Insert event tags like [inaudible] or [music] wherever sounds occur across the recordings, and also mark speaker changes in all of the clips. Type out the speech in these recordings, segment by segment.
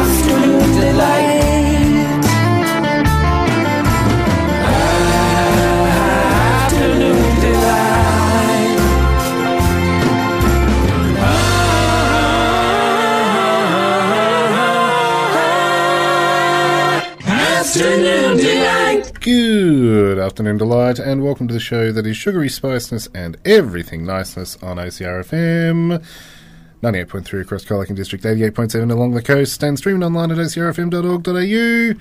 Speaker 1: afternoon delight. Afternoon delight. Afternoon delight.
Speaker 2: Good afternoon, Delight, and welcome to the show that is sugary spiceness and everything niceness on OCRFM. 98.3 across Colacan District, 88.7 along the coast, and streaming online at ocrfm.org.au.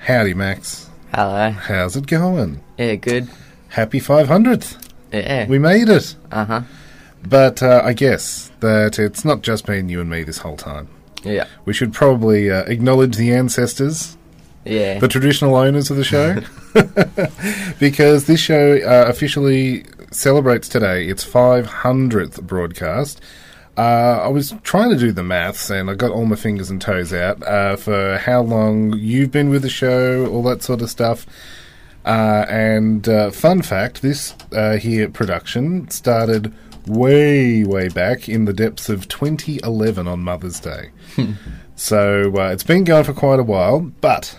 Speaker 2: Howdy, Max.
Speaker 3: Hello.
Speaker 2: How's it going?
Speaker 3: Yeah, good.
Speaker 2: Happy 500th.
Speaker 3: Yeah.
Speaker 2: We made it.
Speaker 3: Uh huh.
Speaker 2: But uh, I guess that it's not just been you and me this whole time.
Speaker 3: Yeah.
Speaker 2: We should probably uh, acknowledge the ancestors
Speaker 3: Yeah.
Speaker 2: the traditional owners of the show, [laughs] because this show uh, officially celebrates today its 500th broadcast. Uh, I was trying to do the maths, and I got all my fingers and toes out uh, for how long you've been with the show, all that sort of stuff. Uh, and uh, fun fact: this uh, here production started way, way back in the depths of 2011 on Mother's Day. So uh, it's been going for quite a while, but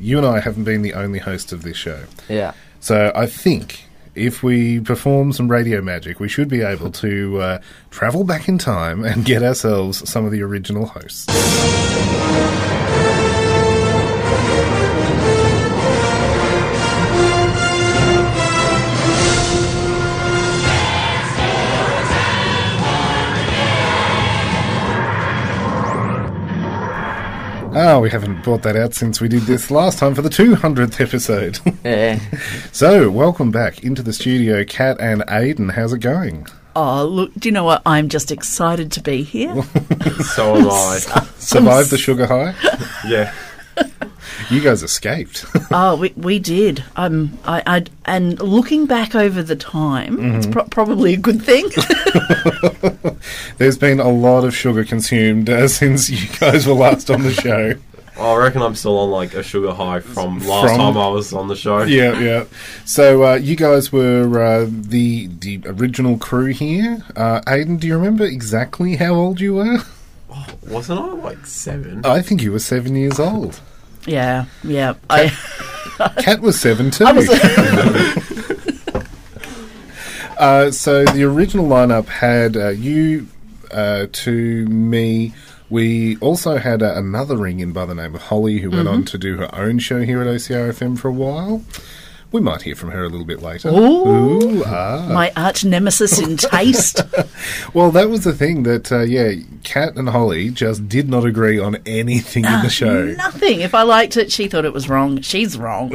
Speaker 2: you and I haven't been the only hosts of this show.
Speaker 3: yeah.
Speaker 2: So I think if we perform some radio magic, we should be able to uh, travel back in time and get ourselves some of the original hosts. Oh, we haven't brought that out since we did this last time for the 200th episode. [laughs]
Speaker 3: Yeah.
Speaker 2: so, welcome back into the studio, Kat and Aiden. How's it going?
Speaker 4: Oh, look, do you know what? I'm just excited to be
Speaker 2: [laughs]
Speaker 4: here.
Speaker 5: So am I.
Speaker 2: Survived the sugar high?
Speaker 5: yeah.
Speaker 2: You guys escaped. [laughs]
Speaker 4: oh, we, we did. Um, I, I, and looking back over the time,
Speaker 2: Mm-hmm.
Speaker 4: it's pro- probably a good
Speaker 2: [laughs]
Speaker 4: thing.
Speaker 2: There's been a lot of sugar consumed uh, [laughs] since you guys were last on the show.
Speaker 5: I reckon I'm still on like a sugar high from last
Speaker 2: From-
Speaker 5: time I was on the show.
Speaker 2: yeah, yeah. So uh, you guys were uh, the the original crew here. Uh, Aiden, do you remember exactly how old you were? [laughs]
Speaker 5: Wasn't I like seven?
Speaker 2: I think you were seven years old.
Speaker 4: yeah, yeah. I,
Speaker 2: Kat was seven too.
Speaker 4: I was.
Speaker 2: [laughs]
Speaker 4: [laughs]
Speaker 2: Uh, so the original lineup had uh, you, uh, to me. We also had uh, another ring in by the name of Holly, who went on
Speaker 4: Mm-hmm.
Speaker 2: to do her own show here at OCRFM for a while. We might hear from her a little bit later.
Speaker 4: Ooh.
Speaker 2: Ooh, ah.
Speaker 4: [laughs] my arch nemesis
Speaker 2: [laughs]
Speaker 4: in taste.
Speaker 2: Well, that was the thing that, uh, yeah, Kat and Holly just did not agree on anything in
Speaker 4: Ah.
Speaker 2: the show.
Speaker 4: Nothing. If I liked it, she thought it was wrong. She's
Speaker 2: [laughs]
Speaker 4: wrong.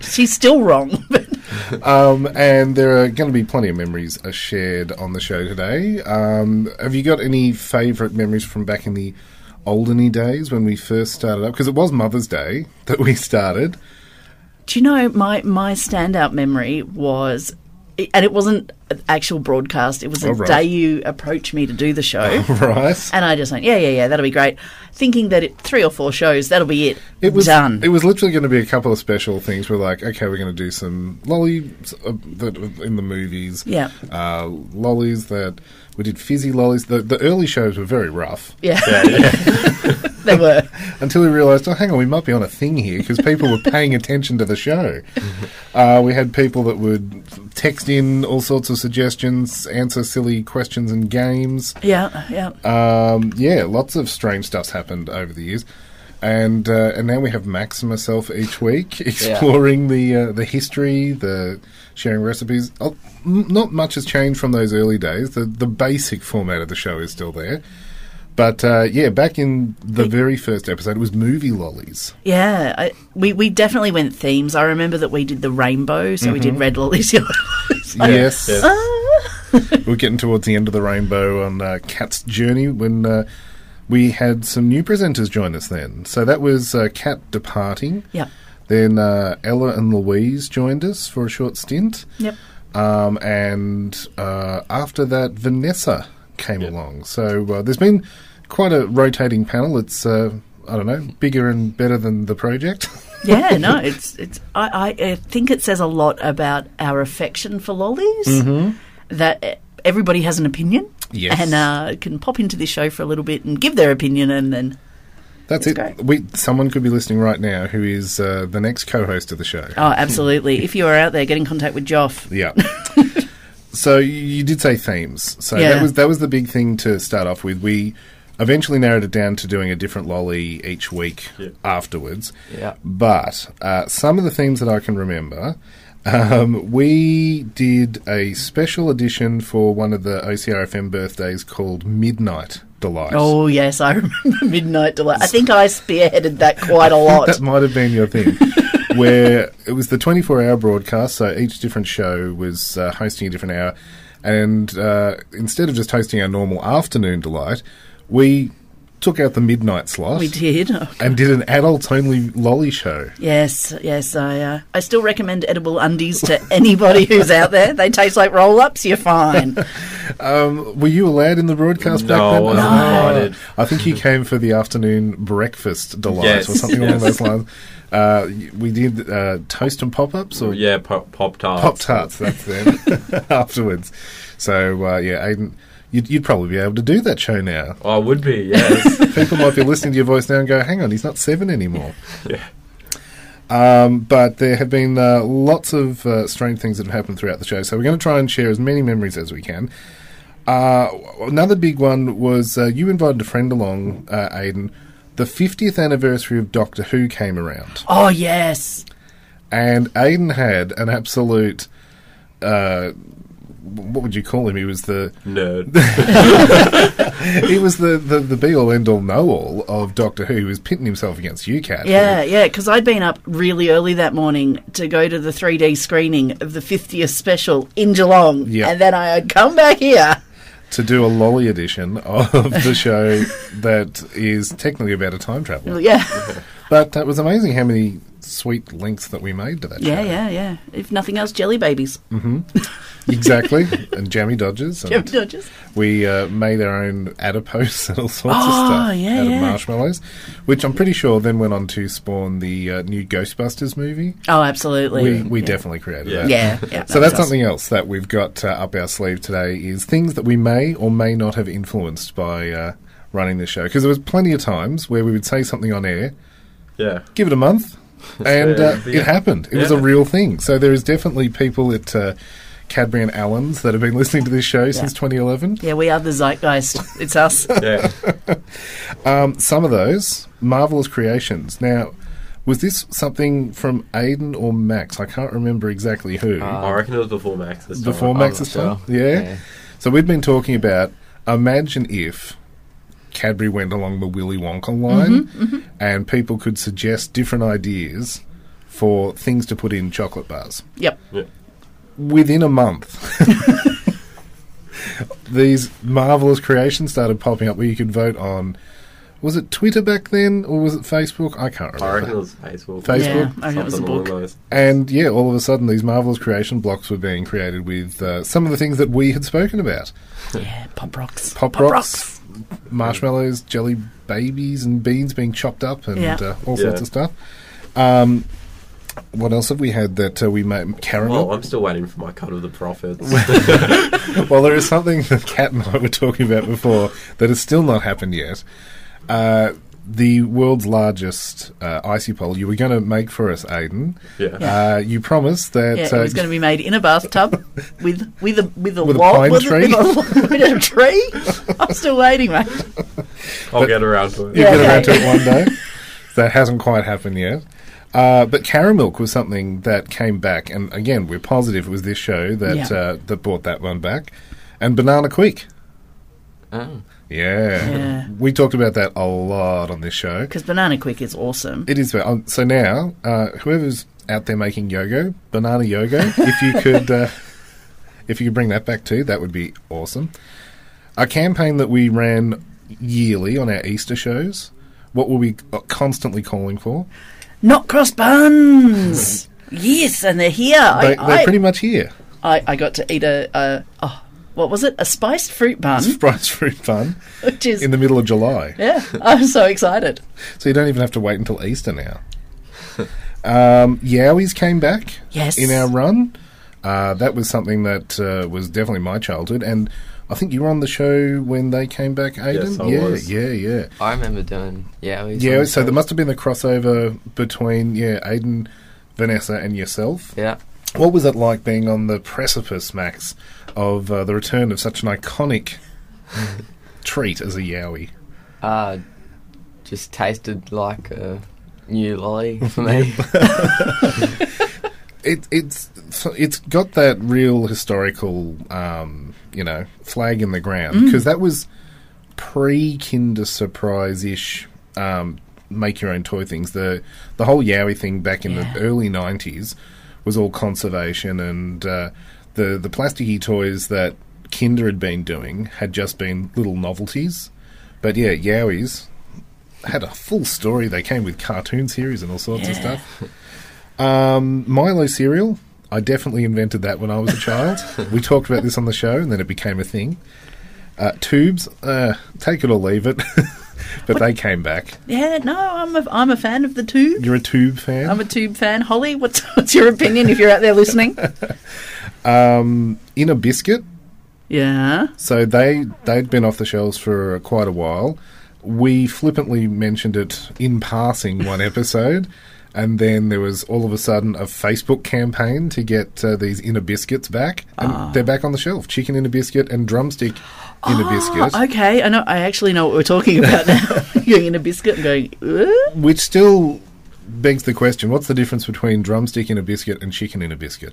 Speaker 4: She's still wrong. [laughs] But
Speaker 2: Um, and there are going to be plenty of memories uh, shared on the show today. Um, have you got any favourite memories from back in the olden days when we first started up? Because it was Mother's Day that we started. [laughs]
Speaker 4: Do you know my my standout memory was, and it wasn't an actual broadcast. It was the
Speaker 2: Oh, right.
Speaker 4: day you approached me to do the show,
Speaker 2: [laughs] Right.
Speaker 4: and I just went, yeah, yeah, yeah, that'll be great. Thinking that it, three or four shows, that'll be it.
Speaker 2: It was
Speaker 4: done.
Speaker 2: It was literally going to be a couple of special things. We're like, okay, we're going to do some lollies uh, that in the movies.
Speaker 4: Yeah.
Speaker 2: uh, lollies that we did fizzy lollies. The the early shows were very rough [laughs]
Speaker 4: yeah,
Speaker 5: [laughs] yeah.
Speaker 4: they were.
Speaker 2: until we realised, oh, hang on, we might be on a thing here because people were paying attention to the show. Uh, we had people that would text in all sorts of suggestions, answer silly questions and games.
Speaker 4: Yeah, yeah.
Speaker 2: Um, yeah, lots of strange stuff's happened over the years. And uh, and now we have Max and myself each week [laughs] exploring the uh, the history, the sharing recipes. Oh, m- not much has changed from those early days. The the basic format of the show is still there, but uh, yeah, back in the very first episode, it was movie lollies.
Speaker 4: Yeah, I, we we definitely went themes. I remember that we did the rainbow, so we did
Speaker 2: Mm-hmm.
Speaker 4: red lollies, yellow lollies.
Speaker 2: yes,
Speaker 5: yeah.
Speaker 4: Ah.
Speaker 2: [laughs] we're getting towards the end of the rainbow on uh, Cat's journey when uh, we had some new presenters join us then. So that was uh, Kat departing.
Speaker 4: Yep.
Speaker 2: Then uh, Ella and Louise joined us for a short stint.
Speaker 4: Yep.
Speaker 2: Um, and uh, after that, Vanessa came along. So uh, there's been quite a rotating panel. It's, uh, I don't know, bigger and better than the project. [laughs]
Speaker 4: Yeah, no, it's it's. I, I, I think it says a lot about our affection for lollies that eh, everybody has an opinion,
Speaker 2: Mm-hmm. Yes.
Speaker 4: and uh, can pop into this show for a little bit and give their opinion, and then
Speaker 2: That's
Speaker 4: It's
Speaker 2: it.
Speaker 4: great.
Speaker 2: We someone could be listening right now who is uh, the next co-host of the show.
Speaker 4: oh,
Speaker 2: [laughs]
Speaker 4: absolutely, if you are out there, get in contact with Joff. [laughs]
Speaker 2: Yeah. so you- you did say themes. So
Speaker 4: Yeah.
Speaker 2: that was that was the big thing to start off with. We eventually narrowed it down to doing a different lolly each week afterwards.
Speaker 5: Yeah.
Speaker 2: But uh, some of the themes that I can remember. Um, we did a special edition for one of the OCRFM birthdays called Midnight Delight.
Speaker 4: Oh yes, I [laughs] remember Midnight Delight. I think I spearheaded that quite a lot.
Speaker 2: that might have been
Speaker 4: [laughs]
Speaker 2: your thing. where it was the 24 hour broadcast, so each different show was uh, hosting a different hour. And uh, instead of just hosting our normal afternoon delight, we took out the midnight slot
Speaker 4: we did. Oh,
Speaker 2: and did an adult only lolly show.
Speaker 4: Yes, yes, I uh, I still recommend edible undies to anybody who's out there. They taste like roll ups. You're fine.
Speaker 2: Were you allowed in the broadcast back
Speaker 5: No, I
Speaker 2: then?
Speaker 5: wasn't
Speaker 2: Ah,
Speaker 5: invited.
Speaker 2: I think you came for the afternoon breakfast delight
Speaker 5: Yes,
Speaker 2: or something along
Speaker 5: yes.
Speaker 2: those lines. Uh, y- we did uh, toast and pop ups or
Speaker 5: Yeah, pop pop tarts.
Speaker 2: Pop Tarts, that's them [laughs] afterwards. So, uh, yeah, Aiden, you'd, you'd probably be able to do that show now.
Speaker 5: I would be. Yes.
Speaker 2: [laughs] People might be listening to your voice now and go, hang on, he's not seven anymore.
Speaker 5: yeah.
Speaker 2: Um, but there have been uh, lots of uh, strange things that have happened throughout the show. So, we're going to try and share as many memories as we can. Uh, w- another big one was uh, you invited a friend along, uh, Aiden. The 50th anniversary of Doctor Who came around.
Speaker 4: oh yes,
Speaker 2: and Aiden had an absolute. Uh, what would you call him? He was the [laughs]
Speaker 5: Nerd.
Speaker 2: he was the, the, the be all end all know all of Doctor Who. He was pitting himself against UCAT.
Speaker 4: yeah, yeah. Because I'd been up really early that morning to go to the 3D screening of the 50th special in Geelong,
Speaker 2: Yeah.
Speaker 4: and then I'd come back here.
Speaker 2: to do a lolly edition of the show that is technically about a time travel.
Speaker 4: Yeah,
Speaker 2: But it was amazing how many sweet links that we made to that.
Speaker 4: yeah,
Speaker 2: show.
Speaker 4: yeah, yeah. If nothing else, jelly babies. [laughs]
Speaker 2: exactly. And Jammy Dodgers. and-
Speaker 4: Judges.
Speaker 2: We uh, made our own adipose and all sorts
Speaker 4: Oh,
Speaker 2: of stuff
Speaker 4: yeah,
Speaker 2: out
Speaker 4: yeah.
Speaker 2: of marshmallows, which I'm pretty sure then went on to spawn the uh, new Ghostbusters movie.
Speaker 4: Oh, absolutely.
Speaker 2: We, we
Speaker 4: yeah.
Speaker 2: definitely created
Speaker 5: Yeah.
Speaker 2: that.
Speaker 4: Yeah, yeah.
Speaker 2: So that's
Speaker 4: us.
Speaker 2: something else that we've got uh, up our sleeve today is things that we may or may not have influenced by uh, running the show. Because there was plenty of times where we would say something on air,
Speaker 5: Yeah.
Speaker 2: give it
Speaker 5: [laughs]
Speaker 2: a month, and uh,
Speaker 5: Yeah.
Speaker 2: it happened. It was a
Speaker 5: Yeah.
Speaker 2: real thing. So there is definitely people at uh, Cadbury and Allen's that have been listening to this show since 2011.
Speaker 4: Yeah, we are the zeitgeist. It's us.
Speaker 5: Yeah.
Speaker 2: Um, some of those marvelous creations. Now, was this something from Aiden or Max? I can't remember exactly who.
Speaker 4: Uh,
Speaker 5: I reckon it was before Max. This time.
Speaker 2: Before
Speaker 5: I-
Speaker 2: Max
Speaker 5: I'm-
Speaker 2: this time,
Speaker 3: sure.
Speaker 2: yeah?
Speaker 3: Yeah.
Speaker 2: So we've been talking about. Imagine if Cadbury went along the Willy Wonka line, and people could suggest different ideas for things to put in chocolate bars [laughs]
Speaker 4: Yep.
Speaker 5: Yeah.
Speaker 2: within a month. These marvelous creations started popping up where you could vote on. Was it Twitter back then, or was it Facebook? I can't
Speaker 5: I reckon it
Speaker 2: remember.
Speaker 5: was Facebook.
Speaker 2: Facebook?
Speaker 4: Yeah, I reckon it was a
Speaker 5: Something along
Speaker 4: book.
Speaker 5: those.
Speaker 2: And yeah, all of a sudden, these marvelous creation blocks were being created with uh, some of the things that we had spoken about:
Speaker 4: Yeah, pop rocks.
Speaker 2: pop, rocks, marshmallows, jelly babies, and beans being chopped up, and
Speaker 4: Yeah.
Speaker 2: uh, all
Speaker 5: Yeah.
Speaker 2: sorts of stuff. Um, what else have we had that uh, we made caramel?
Speaker 5: Well, I'm still waiting for my cut of the
Speaker 2: [laughs]
Speaker 5: profits.
Speaker 2: Well, there is something [laughs] that Kat and I were talking about before that has still not happened yet. Uh, the world's largest uh, icy pole you were going to make for us, Aiden.
Speaker 5: Yeah.
Speaker 2: Uh, you promised that.
Speaker 4: Yeah,
Speaker 2: uh,
Speaker 4: it was going to be made in a bathtub with with a with a
Speaker 2: With a
Speaker 4: log,
Speaker 2: pine
Speaker 4: with,
Speaker 2: tree?
Speaker 4: A, with, a, with a tree. I'm still waiting, mate.
Speaker 5: I'll get around to it.
Speaker 2: You'll get
Speaker 4: Yeah.
Speaker 2: around to it one
Speaker 4: [laughs]
Speaker 2: day. that hasn't quite happened yet. Uh, but Caramilk was something that came back, and again, we're positive it was this show that
Speaker 4: Yeah.
Speaker 2: uh, that brought that one back. And Banana Quick.
Speaker 3: Oh.
Speaker 2: Yeah.
Speaker 4: Yeah.
Speaker 2: We talked about that a lot on this show.
Speaker 4: Because banana quick is awesome.
Speaker 2: It is. Um, so now, uh, whoever's out there making yoga, banana yoga, if you could, uh, [laughs] if you could bring that back too, that would be awesome. A campaign that we ran yearly on our Easter shows. What will we uh, constantly calling for?
Speaker 4: Not cross buns. yes, and they're here.
Speaker 2: They,
Speaker 4: I,
Speaker 2: they're
Speaker 4: I,
Speaker 2: pretty much here. [laughs]
Speaker 4: I, I got to eat a, a oh, what was it? A spiced fruit bun,
Speaker 2: [laughs] Surprise fruit fun
Speaker 4: which is
Speaker 2: in the middle of July.
Speaker 4: yeah. [laughs] I'm so excited.
Speaker 2: So you don't even have to wait until Easter now. [laughs] um, Yowies came back
Speaker 4: Yes.
Speaker 2: in our run. Uh, that was something that uh, was definitely my childhood, and I think you were on the show when they came back, Aiden.
Speaker 5: Yes, I
Speaker 2: yeah,
Speaker 5: was.
Speaker 2: yeah, yeah,
Speaker 3: I remember doing yeah. we-
Speaker 2: yeah. So there must have been the crossover between yeah, Aiden, Vanessa, and yourself.
Speaker 3: yeah.
Speaker 2: What was it like being on the precipice, Max, of uh, the return of such an iconic [laughs] treat as a Yowie?
Speaker 3: Uh, just tasted like a new [laughs] lolly for me.
Speaker 2: it, it's so it's got that real historical, um, you know, flag in the ground
Speaker 4: Mm.
Speaker 2: because that was pre Kinder Surprise ish. Um, make your own toy things. The the whole Yowie thing back in
Speaker 4: Yeah.
Speaker 2: the early nineties was all conservation and uh, the the plasticky toys that Kinder had been doing had just been little novelties. But yeah, Yowies had a full story. They came with cartoon series and all sorts of
Speaker 4: Yeah.
Speaker 2: stuff. Um, Milo cereal. I definitely invented that when I was a child. we talked about this on the show, and then it became a thing. Uh, tubes, uh, take it or leave it, [laughs] but they came back.
Speaker 4: Yeah, no, I'm a, I'm a fan of the tube.
Speaker 2: You're a tube fan.
Speaker 4: I'm a tube fan. Holly, what's [laughs] what's your opinion if you're out there
Speaker 2: [laughs]
Speaker 4: listening?
Speaker 2: In a biscuit.
Speaker 4: Yeah.
Speaker 2: So they they'd been off the shelves for quite a while. We flippantly mentioned it in
Speaker 4: [laughs]
Speaker 2: passing one episode, and then there was all of a sudden a Facebook campaign to get uh, these inner biscuits back, and they're back on the shelf. Chicken inner biscuit and drumstick inner biscuit.
Speaker 4: Ah. [gasps] Oh, okay, I know. I actually know what we're
Speaker 5: [laughs]
Speaker 4: talking about now. [laughs] going in a biscuit and going. "Uh?"
Speaker 2: Which still begs the question: What's the difference between drumstick in a biscuit and chicken in a biscuit?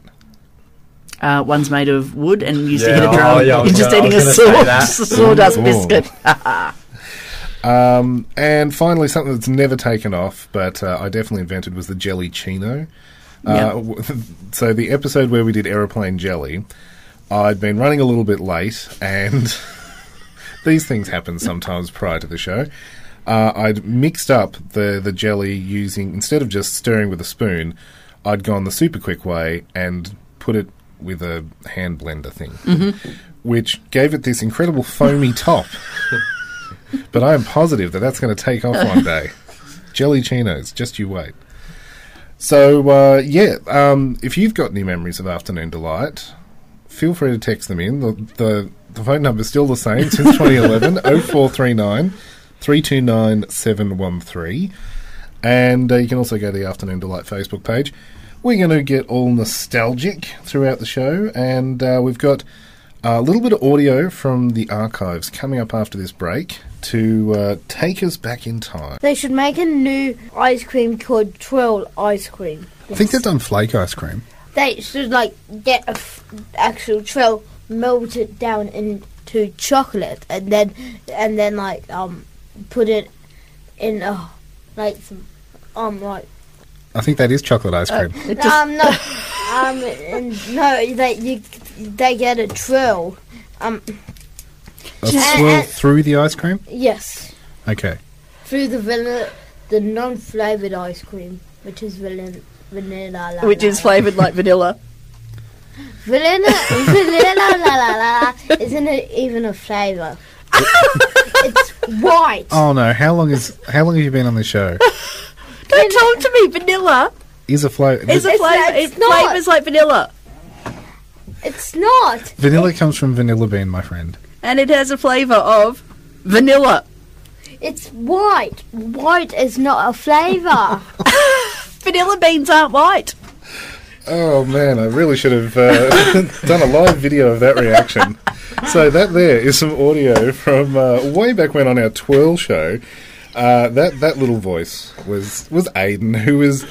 Speaker 4: Uh, one's made of wood and used to
Speaker 5: Yeah,
Speaker 4: hit a
Speaker 5: oh,
Speaker 4: drum.
Speaker 5: yeah, I was
Speaker 4: You're just
Speaker 5: gonna- I
Speaker 4: eating a,
Speaker 5: was gonna say
Speaker 4: saw, [laughs]
Speaker 5: that.
Speaker 4: just a sawdust
Speaker 2: Ooh.
Speaker 4: biscuit.
Speaker 2: Um, and finally, something that's never taken off, but uh, I definitely invented was the jelly chino. Uh,
Speaker 4: Yeah.
Speaker 2: w- [laughs] so the episode where we did aeroplane jelly, I'd been running a little bit late, and [laughs] these things happen sometimes prior to the show. Uh, I'd mixed up the the jelly using instead of just stirring with a spoon, I'd gone the super quick way and put it with a hand blender thing, which gave it this incredible foamy top. but I am positive that that's going to take off one day. Jelly chinos, just you wait. So uh, yeah, um, if you've got any memories of afternoon delight, feel free to text them in. The the, the phone number's still the same since 2011 0439 329 713. And uh, you can also go to the Afternoon Delight Facebook page. We're going to get all nostalgic throughout the show, and uh, we've got a little bit of audio from the archives coming up after this break to uh, take us back in time.
Speaker 6: They should make a new ice cream called Twirl Ice Cream.
Speaker 7: I think they've done flake ice cream.
Speaker 6: They should like get a f- actual Twirl, melt it down into chocolate, and then and then like um put it in uh, like some um like
Speaker 7: I think that is chocolate ice cream.
Speaker 8: Uh,
Speaker 4: It just-
Speaker 6: um
Speaker 4: [laughs]
Speaker 6: no um and, no they you they get a Twirl um
Speaker 7: A
Speaker 6: Yeah.
Speaker 7: swirl through the ice cream?
Speaker 6: yes
Speaker 7: Okay.
Speaker 6: through the vanilla the non-flavored ice cream which is vanilla vanilla la-
Speaker 4: which
Speaker 6: la-
Speaker 4: is flavoured like vanilla.
Speaker 6: Vanilla, vanilla, la la la la. Isn't it even a flavour? it's white.
Speaker 7: Oh no, how long is how long have you been on the show?
Speaker 4: Don't talk to me. Vanilla
Speaker 7: Is a float
Speaker 4: is a
Speaker 6: It's
Speaker 4: flavour.
Speaker 6: not-
Speaker 4: It
Speaker 6: it's not.
Speaker 4: flavours like vanilla,
Speaker 6: It's not.
Speaker 7: vanilla comes from vanilla bean, my friend.
Speaker 4: and it has a flavour of vanilla.
Speaker 6: It's white. White is not a flavour.
Speaker 4: Vanilla beans aren't white.
Speaker 2: Oh man, I really should have uh, [laughs] done a live video of that reaction. so that there is some audio from uh, way back when on our twirl show. Uh, that that little voice was was Aiden, who was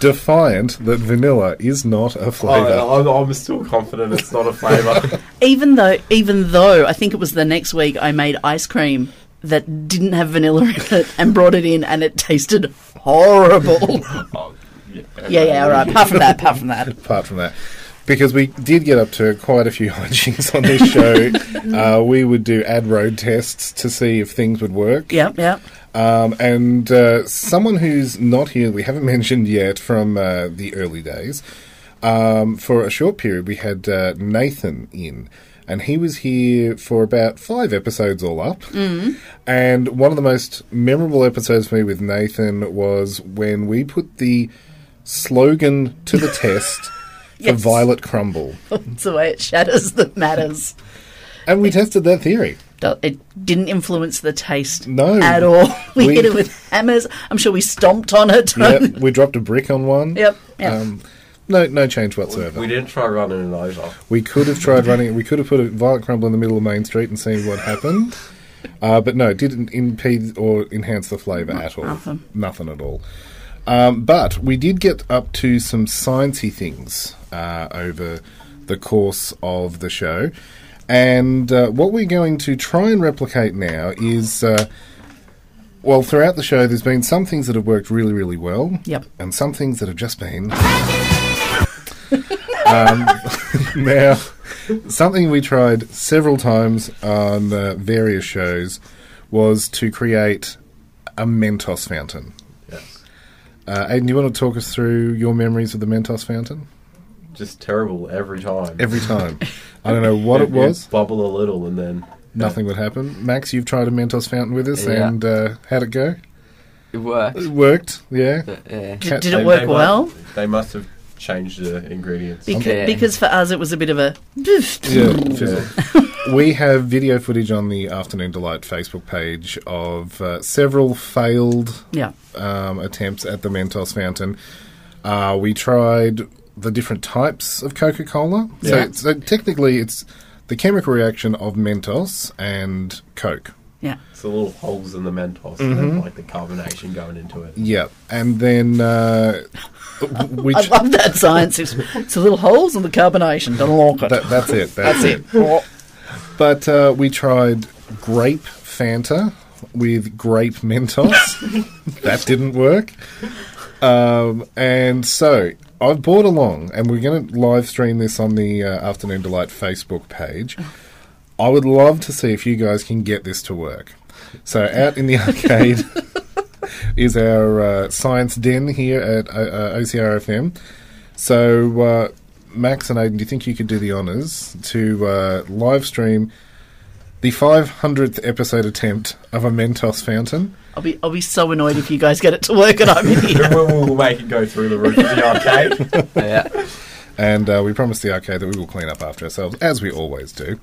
Speaker 2: defiant that vanilla is not a flavour.
Speaker 5: Oh, I, I'm, I'm still confident it's not a
Speaker 2: [laughs]
Speaker 5: flavour.
Speaker 4: Even though, even though, I think it was the next week I made ice cream that didn't have vanilla in it and brought it in, and it tasted horrible.
Speaker 5: Oh, yeah.
Speaker 2: [laughs]
Speaker 4: yeah, yeah, all right. Apart from that, apart from that,
Speaker 2: Apart from that, because we did get up to quite a few [laughs] hijinks on this show. uh, we would do ad road tests to see if things would work.
Speaker 4: Yep, yep.
Speaker 2: Um, and uh, someone who's not here, we haven't [laughs] mentioned yet from uh, the early days. Um, for a short period, we had uh, Nathan in, and he was here for about five episodes all up. And one of the most memorable episodes for me with Nathan was when we put the slogan to the test for
Speaker 4: Yes.
Speaker 2: Violet Crumble,
Speaker 4: It's the way it shatters that matters. [laughs]
Speaker 2: and we tested that theory.
Speaker 4: Do- It didn't influence the taste
Speaker 2: No.
Speaker 4: at all. [laughs] We,
Speaker 2: We-
Speaker 4: hit it with hammers. I'm sure we stomped on it.
Speaker 2: Yep, we dropped a brick on one.
Speaker 4: [laughs] Yep, yep.
Speaker 2: Um, no, no change whatsoever.
Speaker 5: We didn't try running it over.
Speaker 2: We could have tried running. We could have put a violent crumble in the middle of Main Street and seen what happened. Uh, but no, it didn't impede or enhance the flavour at all.
Speaker 4: Nothing.
Speaker 2: Nothing at all. Um, but we did get up to some sciencey things uh, over the course of the show, and uh, what we're going to try and replicate now is. Uh, well, throughout the show, there's been some things that have worked really, really well,
Speaker 4: Yep.
Speaker 2: and some things that have just
Speaker 4: [laughs]
Speaker 2: been Um, [laughs] now, something we tried several times on uh, various shows was to create a Mentos fountain.
Speaker 5: Yes.
Speaker 2: Uh, Aiden, you want to talk us through your memories of the Mentos fountain?
Speaker 5: Just terrible every time.
Speaker 2: Every time. I don't know what it
Speaker 5: You'd- you'd
Speaker 2: was.
Speaker 5: Bubble a little and then.
Speaker 2: Nothing would happen. Max, you've tried a Mentos fountain with us,
Speaker 3: Yeah.
Speaker 2: and uh, how'd it go?
Speaker 3: It worked.
Speaker 2: It worked, yeah.
Speaker 3: But, yeah.
Speaker 4: Did, did
Speaker 5: They-
Speaker 4: it
Speaker 5: they
Speaker 4: work
Speaker 5: mu-
Speaker 4: well?
Speaker 5: They must have changed the ingredients.
Speaker 4: Beca-
Speaker 3: Yeah.
Speaker 4: Because for us, it was a bit of a.
Speaker 2: Yeah, fizzle. we have video footage on the Afternoon Delight Facebook page of uh, several failed
Speaker 4: [laughs] Yeah.
Speaker 2: um, attempts at the Mentos fountain. Uh, we tried the different types of Coca Cola.
Speaker 5: Yeah.
Speaker 2: So, so technically, it's the chemical reaction of Mentos and Coke.
Speaker 4: Yeah.
Speaker 5: It's the little holes in the Mentos
Speaker 4: Mm-hmm.
Speaker 5: and then like the carbonation going into it.
Speaker 2: Yeah, and then uh,
Speaker 4: [laughs]
Speaker 2: we.
Speaker 4: I love that science. It's, it's the little holes in the carbonation. Don't like it.
Speaker 2: that, that's it. That's, it.
Speaker 4: Oh,
Speaker 2: But uh, we tried grape Fanta with grape Mentos. that didn't work. Um, and so I've brought along, and we're going to live stream this on the uh, Afternoon Delight Facebook page. I would love to see if you guys can get this to work. So out in the arcade is our uh, science den here at uh, OCRFM. So, uh, Max and Aiden, do you think you could do the honours to uh, live stream the 500th episode attempt of a Mentos fountain?
Speaker 4: I'll be I'll be so annoyed if you guys get it to work and I'm in
Speaker 2: [laughs]
Speaker 4: here.
Speaker 5: we'll, we'll make it go through the roof of the arcade.
Speaker 4: [laughs]
Speaker 3: yeah.
Speaker 2: And uh, we promised the arcade that we will clean up after ourselves, as we always do.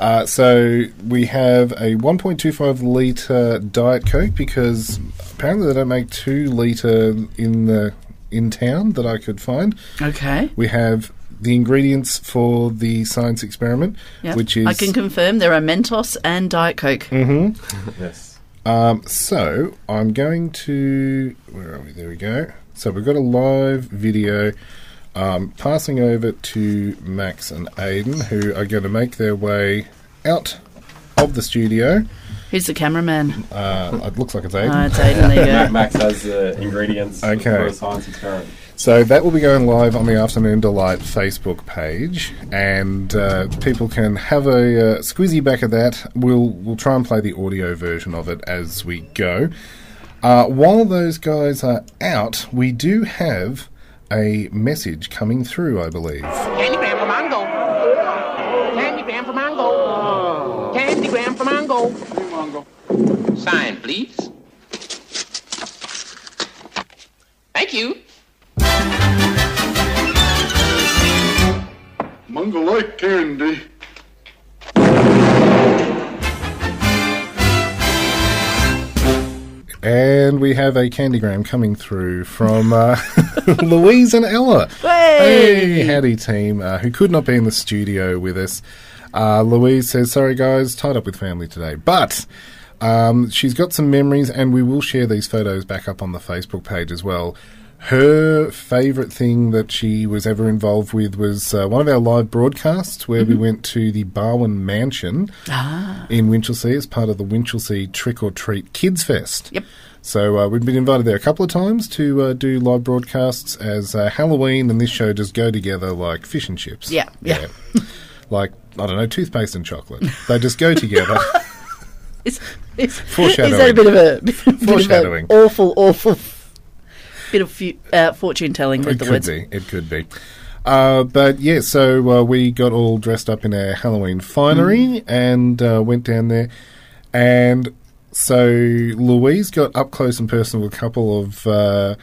Speaker 2: Uh, so we have a 1.25 liter Diet Coke because apparently they don't make two liter in the in town that I could find.
Speaker 4: Okay.
Speaker 2: We have the ingredients for the science experiment,
Speaker 4: Yeah.
Speaker 2: which is Mm.
Speaker 4: I can confirm there are Mentos and Diet Coke.
Speaker 5: yes.
Speaker 2: Um, so I'm going to where are we? There we go. So we've got a live video. Um, passing over to Max and Aiden, who are going to make their way out of the studio.
Speaker 4: Who's the cameraman?
Speaker 2: Uh, it looks like it's
Speaker 4: Oh,
Speaker 2: Aiden.
Speaker 4: it's Aiden. There you go.
Speaker 2: [laughs]
Speaker 5: Max has the ingredients
Speaker 2: Okay.
Speaker 5: for a science experiment.
Speaker 2: So that will be going live on the Afternoon Delight Facebook page, and uh, people can have a uh, squeezy back of that. We'll we'll try and play the audio version of it as we go. Uh, while those guys are out, we do have a message coming through, I believe.
Speaker 9: Candy gram for mango. Candy gram for mango. Candy gram for mango. Sign, please. Thank you.
Speaker 10: Mungo like candy.
Speaker 2: And we have a candygram coming through from uh, [laughs] Louise and Ella. Hey, howdy team, uh, who could not be in the studio with us. Uh, Louise says, "Sorry guys, tied up with family today," but um, she's got some memories, and we will share these photos back up on the Facebook page as well. Her favourite thing that she was ever involved with was uh, one of our live broadcasts where we went to the Barwon Mansion in Winchelsea as part of the Winchelsea Trick or Treat Kids Fest.
Speaker 4: Yep.
Speaker 2: So uh, we've been invited there a couple of times to uh, do live broadcasts as uh, Halloween and this show just go together like fish and chips.
Speaker 4: Yeah, yeah.
Speaker 2: [laughs] like, I don't know, toothpaste and chocolate. They just go together.
Speaker 4: Is, is,
Speaker 2: Foreshadowing.
Speaker 4: Is that a bit of a [laughs] bit of an
Speaker 2: Foreshadowing.
Speaker 4: awful, awful f- bit of fu- uh, fortune telling [laughs] with
Speaker 2: it
Speaker 4: the
Speaker 2: could
Speaker 4: words?
Speaker 2: be. It could be. Uh, but yeah, so uh, we got all dressed up in our Halloween
Speaker 4: Mm.
Speaker 2: finery and uh, went down there. And so Louise got up close and personal with a couple of uh,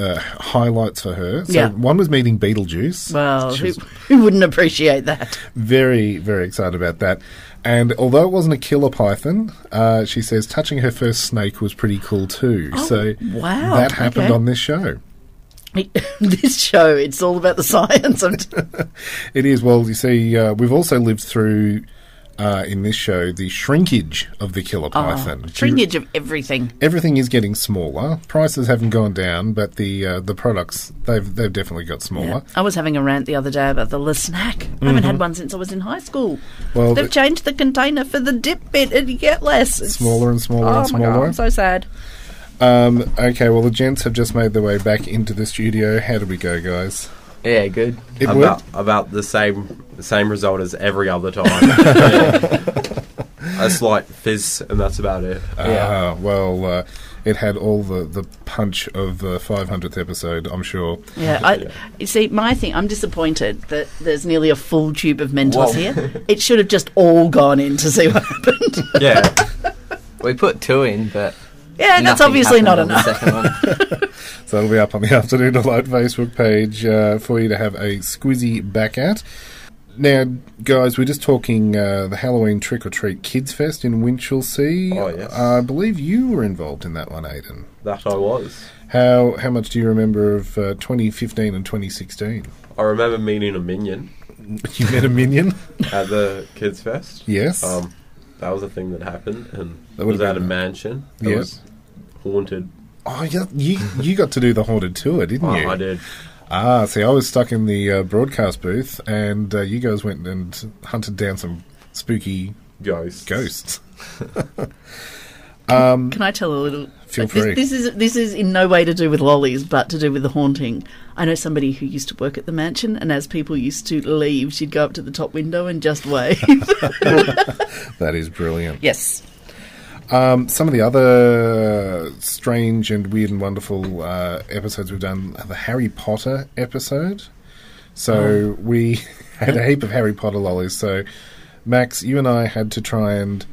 Speaker 2: uh, highlights for her. So
Speaker 4: Yeah.
Speaker 2: one was meeting Beetlejuice.
Speaker 4: Well,
Speaker 2: She
Speaker 4: who,
Speaker 2: was
Speaker 4: [laughs] who wouldn't appreciate that? [laughs]
Speaker 2: very, very excited about that. And although it wasn't a killer python, uh, she says touching her first snake was pretty cool too. so
Speaker 4: Oh, wow,
Speaker 2: that happened
Speaker 4: okay.
Speaker 2: on this show.
Speaker 4: this show, it's all about the science.
Speaker 2: [laughs]
Speaker 4: I'm t-
Speaker 2: It is. Well, you see, uh, we've also lived through uh, in this show the shrinkage of the killer python. Do you-
Speaker 4: Oh, shrinkage of everything.
Speaker 2: Everything is getting smaller. Prices haven't gone down, but the uh, the products they've they've definitely got
Speaker 4: Yeah.
Speaker 2: smaller.
Speaker 4: I was having a rant the other day about the Le Snack. I haven't had one since I was in high school.
Speaker 2: Mm-hmm. Well,
Speaker 4: They've
Speaker 2: the-
Speaker 4: changed the container for the dip bit and you get less. It's-
Speaker 2: Smaller and smaller
Speaker 4: oh
Speaker 2: and
Speaker 4: my God,
Speaker 2: smaller.
Speaker 4: I'm so sad.
Speaker 2: Um, okay, well the gents have just made their way back into the studio. How did we go, guys?
Speaker 3: Yeah, good.
Speaker 2: It
Speaker 5: about,
Speaker 2: worked.
Speaker 5: about the same the same result as every other
Speaker 2: [laughs]
Speaker 5: time. Yeah. A slight fizz, and that's about it.
Speaker 3: Yeah.
Speaker 2: Ah, well, uh, it had all the the punch of the 500th episode. I'm sure.
Speaker 4: Yeah, I, you see, my thing, I'm disappointed that there's nearly a full tube of Mentos
Speaker 3: Whoa.
Speaker 4: here. It should have just all gone in to see what happened. [laughs]
Speaker 5: Yeah,
Speaker 3: We put two in, but
Speaker 4: Yeah, that's
Speaker 3: nothing
Speaker 4: obviously
Speaker 3: happened
Speaker 4: not
Speaker 3: on the
Speaker 4: enough.
Speaker 3: second one.
Speaker 2: So that'll be up on the [laughs] Afternoon Delight Facebook page uh, for you to have a squizzy back at. Now, guys, we're just talking uh, the Halloween Trick or Treat Kids Fest in Winchelsea.
Speaker 5: Oh, yes.
Speaker 2: I believe you were involved in that one, Aidan.
Speaker 5: that I was.
Speaker 2: How how much do you remember of uh, 2015 and 2016?
Speaker 5: I remember meeting a minion
Speaker 2: [laughs] You met a minion.
Speaker 5: at the kids' fest.
Speaker 2: Yes.
Speaker 5: um, that was a thing that happened, and
Speaker 2: That
Speaker 5: that
Speaker 2: would
Speaker 5: was
Speaker 2: have
Speaker 5: at a
Speaker 2: been-
Speaker 5: mansion. that
Speaker 2: Yes.
Speaker 5: was haunted.
Speaker 2: Oh, yeah, you you got to do the haunted tour, didn't
Speaker 5: Oh,
Speaker 2: you?
Speaker 5: I did.
Speaker 2: Ah, see, I was stuck in the uh, broadcast booth, and uh, you guys went and hunted down some spooky
Speaker 5: Ghosts.
Speaker 2: ghosts.
Speaker 4: Can I tell a little?
Speaker 2: Feel
Speaker 4: like, this-
Speaker 2: free.
Speaker 4: This, is this is in no way to do with lollies, but to do with the haunting. I know somebody who used to work at the mansion, and as people used to leave, she'd go up to the top window and just wave.
Speaker 2: [laughs] [laughs] That is brilliant.
Speaker 4: yes.
Speaker 2: Um, some of the other strange and weird and wonderful uh, episodes we've done, the Harry Potter episode. So we [laughs] had a heap of Harry Potter lollies. So Max, you and I had to try and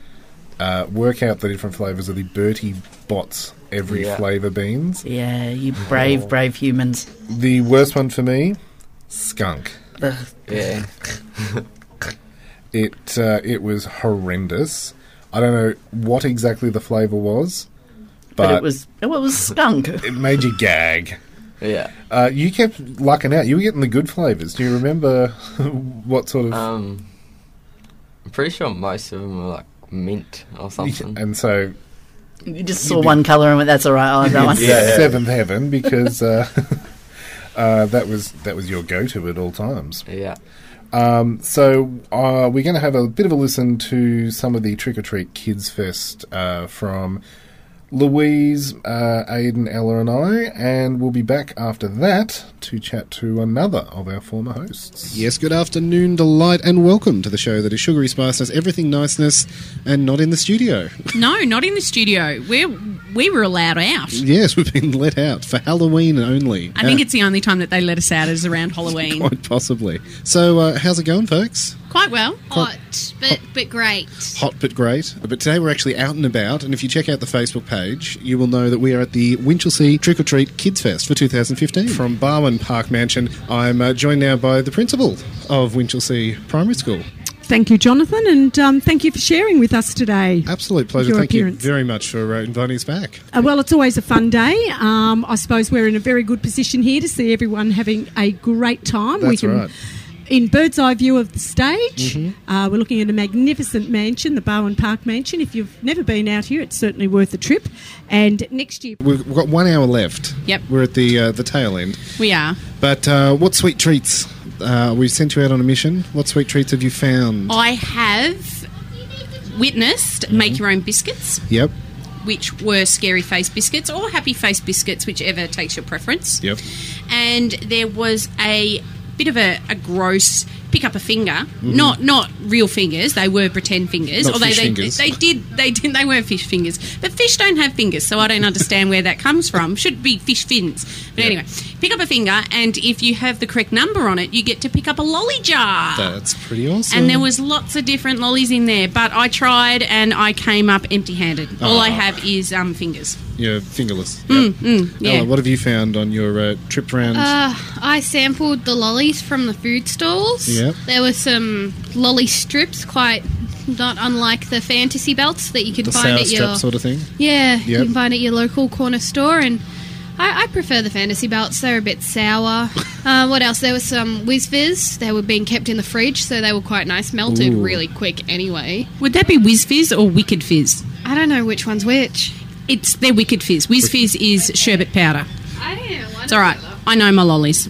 Speaker 2: uh, work out the different flavors of the Bertie Bott's every
Speaker 3: Yeah.
Speaker 2: flavor beans.
Speaker 4: Yeah, you brave, brave humans.
Speaker 2: The worst one for me, skunk.
Speaker 3: [laughs] Yeah,
Speaker 2: It uh, it was horrendous. I don't know what exactly the flavor was, but,
Speaker 4: But, it was well, it was skunk.
Speaker 2: it made you gag.
Speaker 3: yeah.
Speaker 2: Uh, you kept lucking out. You were getting the good flavours. Do you remember [laughs] what sort of?
Speaker 3: Um, I'm pretty sure most of them were like mint or something.
Speaker 2: and so
Speaker 4: you just saw one colour and went, "That's all right." I want that one.
Speaker 2: it's seventh heaven because uh, [laughs] uh, that was that was your go-to at all times.
Speaker 3: Yeah.
Speaker 2: Um, so uh, we're going to have a bit of a listen to some of the Trick or Treat Kids Fest uh, from Louise, uh, Aidan, Ella, and I, and we'll be back after that to chat to another of our former hosts.
Speaker 11: Yes, good afternoon, delight, and welcome to the show that is sugary spiceness, everything niceness, and not in the studio.
Speaker 12: No, not in the studio. We we were allowed out.
Speaker 11: yes, we've been let out for Halloween only.
Speaker 12: I think
Speaker 11: Uh,
Speaker 12: it's the only time that they let us out is around Halloween.
Speaker 11: quite possibly. So, uh, how's it going, folks?
Speaker 12: Quite well.
Speaker 13: Hot, but but great.
Speaker 11: Hot but great. But today we're actually out and about, and if you check out the Facebook page, you will know that we are at the Winchelsea Trick or Treat Kids Fest for 2015 from Barwon Park Mansion. I'm uh, joined now by the principal of Winchelsea Primary School.
Speaker 14: Thank you, Jonathan, and um, thank you for sharing with us today.
Speaker 11: Absolute pleasure.
Speaker 14: Your
Speaker 11: Thank
Speaker 14: appearance.
Speaker 11: you very much for uh, inviting us back.
Speaker 14: Uh, well, it's always a fun day. Um, I suppose we're in a very good position here to see everyone having a great time. we
Speaker 11: That's
Speaker 14: can,
Speaker 11: right.
Speaker 14: In bird's eye view of the stage, uh, we're looking at a magnificent mansion, the Bowen Park Mansion. If you've never been out here, it's certainly worth a trip. And next year,
Speaker 11: We've we've got one hour left.
Speaker 14: Yep.
Speaker 11: We're at the uh, the tail end.
Speaker 14: we are.
Speaker 11: But uh, what sweet treats? Uh, we sent you out on a mission. What sweet treats have you
Speaker 14: Oh.
Speaker 11: found? Mm-hmm.
Speaker 12: I have witnessed make your own biscuits.
Speaker 11: Yep.
Speaker 12: which were Scary Face biscuits or Happy Face biscuits, whichever takes your preference.
Speaker 11: Yep.
Speaker 12: And there was a bit of a, a gross pick up a finger,
Speaker 11: Mhm.
Speaker 12: not not real fingers. They were pretend fingers,
Speaker 11: Not
Speaker 12: although
Speaker 11: fish
Speaker 12: they
Speaker 11: fingers.
Speaker 12: they did they did they weren't fish fingers. But fish don't have fingers, so I don't understand where that comes from. Should be fish fins. But anyway, pick up a finger, and if you have the correct number on it, you get to pick up a lolly jar.
Speaker 11: That's pretty awesome.
Speaker 12: And there was lots of different lollies in there, but I tried and I came up empty-handed. All I
Speaker 11: Ah.
Speaker 12: have is um, fingers.
Speaker 11: Yeah, fingerless.
Speaker 14: Hmm.
Speaker 12: Mm, mm, yeah.
Speaker 11: Ella, what have you found on your uh, trip round?
Speaker 13: Uh, I sampled the lollies from the food stalls.
Speaker 11: Yep.
Speaker 13: There were some lolly strips, quite not unlike the fantasy belts that you could
Speaker 11: the
Speaker 13: find
Speaker 11: sour
Speaker 13: at your
Speaker 11: strap sort of thing?
Speaker 13: yeah, you
Speaker 11: Yep.
Speaker 13: can find at your local corner store. And I, I prefer the fantasy belts; they're a
Speaker 11: [laughs]
Speaker 13: bit sour. uh, what else? There was some whiz fizz. They were being kept in the fridge, so they were quite nice, melted
Speaker 12: Ooh.
Speaker 13: really quick. Anyway,
Speaker 12: Would that be Whiz Fizz or Wicked Fizz?
Speaker 13: I don't know which one's which.
Speaker 12: It's they're Wicked Fizz. Whiz Fizz is sherbet powder.
Speaker 13: I don't know.
Speaker 12: It's all right. I know my lollies.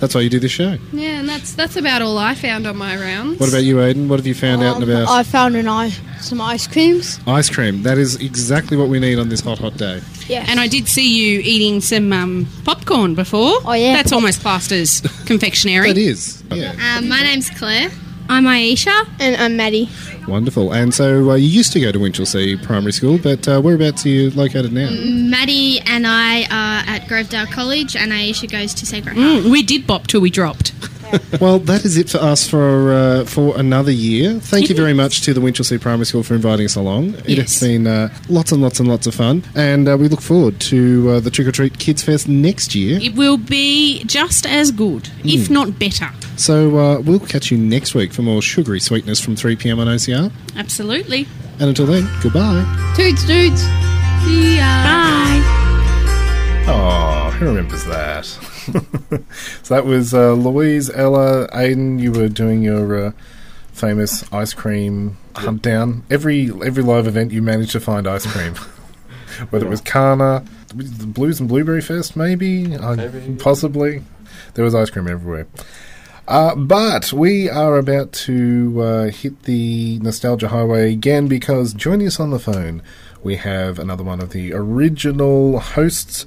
Speaker 11: That's why you do this show.
Speaker 13: Yeah, and that's that's about all I found on my rounds.
Speaker 11: What about you, Aiden? What have you found out and about?
Speaker 6: I found an ice, some ice creams.
Speaker 11: Ice cream. That is exactly what we need on this hot, hot day.
Speaker 6: Yeah.
Speaker 12: And I did see you eating some um, popcorn before. Oh yeah. That's almost classed as confectionery.
Speaker 11: That is. Yeah.
Speaker 13: Um, my name's Claire.
Speaker 15: I'm Aisha.
Speaker 13: And I'm Maddie.
Speaker 11: Wonderful. And so uh, you used to go to Winchelsea Primary School, but uh, whereabouts are you located now?
Speaker 15: Maddie and I are at Grovedale College, and Aisha goes to
Speaker 8: [laughs]
Speaker 15: Sacred Heart.
Speaker 12: Mm, we did bop till we dropped.
Speaker 11: Well, that is it for us for uh, for another year. Thank you very much to the Winchelsea Primary School for inviting us along. It has been uh, lots and lots and lots of fun, and uh, we look forward to uh, the Trick or Treat Kids Fest next year.
Speaker 12: It will be just as good, if
Speaker 11: Mm.
Speaker 12: not better.
Speaker 11: So uh, we'll catch you next week for more sugary sweetness from 3 p.m. on OCR.
Speaker 12: Absolutely.
Speaker 11: And until then, goodbye.
Speaker 13: Toots, dudes. See ya.
Speaker 12: Bye.
Speaker 2: Oh, who remembers that? [laughs] so that was uh, Louise, Ella, Aiden. You were doing your uh, famous ice cream hunt down. Every every live event, you managed to find ice cream. [laughs] Whether it was Kana, the Blues and Blueberry Fest, maybe, uh, possibly. There was ice cream everywhere. Uh, but we are about to uh, hit the nostalgia highway again because joining us on the phone, we have another one of the original hosts.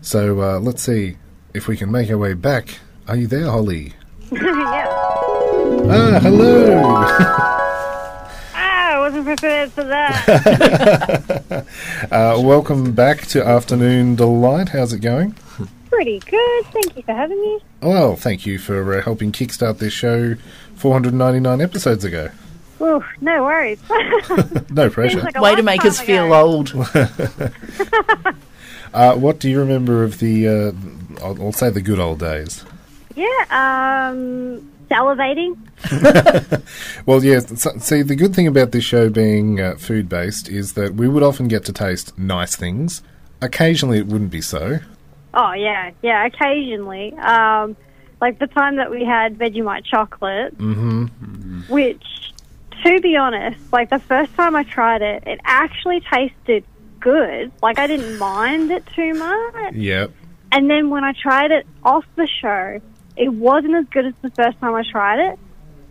Speaker 2: So uh, let's see if we can make our way back. Are you there, Holly? Ah, hello.
Speaker 8: Ah, I wasn't prepared for [laughs] that.
Speaker 2: uh, welcome back to Afternoon Delight. How's it going?
Speaker 8: Pretty good. Thank you for having me.
Speaker 2: Well, thank you for uh, helping kickstart this show 499 episodes ago.
Speaker 8: Ooh, no worries. [laughs]
Speaker 2: No pressure.
Speaker 8: Seems like a Way to make lifetime us feel ago.
Speaker 2: old. uh, what do you remember of the, uh, I'll, I'll say the good old days?
Speaker 8: yeah, um, salivating.
Speaker 2: Well, yeah, s- see, the good thing about this show being uh, food based is that we would often get to taste nice things. Occasionally, it wouldn't be so.
Speaker 8: Oh, yeah, yeah, occasionally. Um, like the time that we had Vegemite chocolate,
Speaker 2: Mm-hmm.
Speaker 8: which, to be honest, like the first time I tried it, it actually tasted good. Like I didn't mind it too much.
Speaker 2: Yep.
Speaker 8: And then when I tried it off the show, it wasn't as good as the first time I tried it.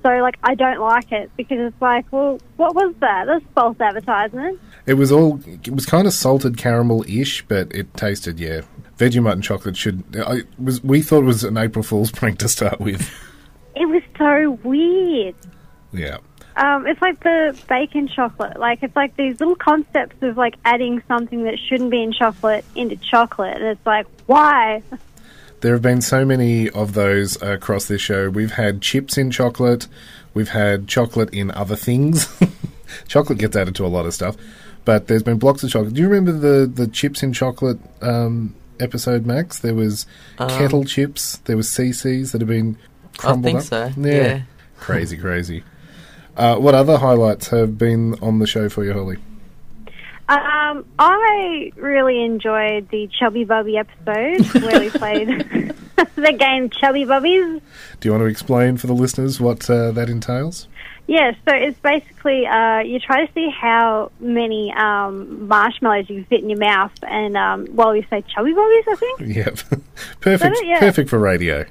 Speaker 8: So, like, I don't like it because it's like, well, what was that? That's false advertisement.
Speaker 2: It was all, it was kind of salted caramel ish, but it tasted, yeah. Vegemite and chocolate should, I it was, we thought it was an April Fool's prank to start with. [laughs]
Speaker 8: It was so weird.
Speaker 2: Yeah.
Speaker 8: Um, it's like the bacon chocolate. Like, it's like these little concepts of like adding something that shouldn't be in chocolate into chocolate. And it's like, why?
Speaker 2: There have been so many of those across this show. We've had chips in chocolate, we've had chocolate in other things. [laughs] chocolate gets added to a lot of stuff, but there's been blocks of chocolate. Do you remember the the chips in chocolate um, episode, Max? There was
Speaker 3: Um,
Speaker 2: kettle chips, there was CCs that have been crumbled
Speaker 3: think
Speaker 2: up.
Speaker 3: so, yeah.
Speaker 2: crazy, crazy. Uh, what other highlights have been on the show for you, Holly?
Speaker 8: Um, I really enjoyed the Chubby Bubby episode where we played [laughs] the game Chubby Bubbies.
Speaker 2: Do you want to explain for the listeners what uh, that entails? [laughs]
Speaker 8: Yeah, so it's basically uh, you try to see how many um, marshmallows you can fit in your mouth, and um, well, you say chubby bobbies, I think.
Speaker 2: Yep, perfect,
Speaker 8: Yeah.
Speaker 2: perfect for radio.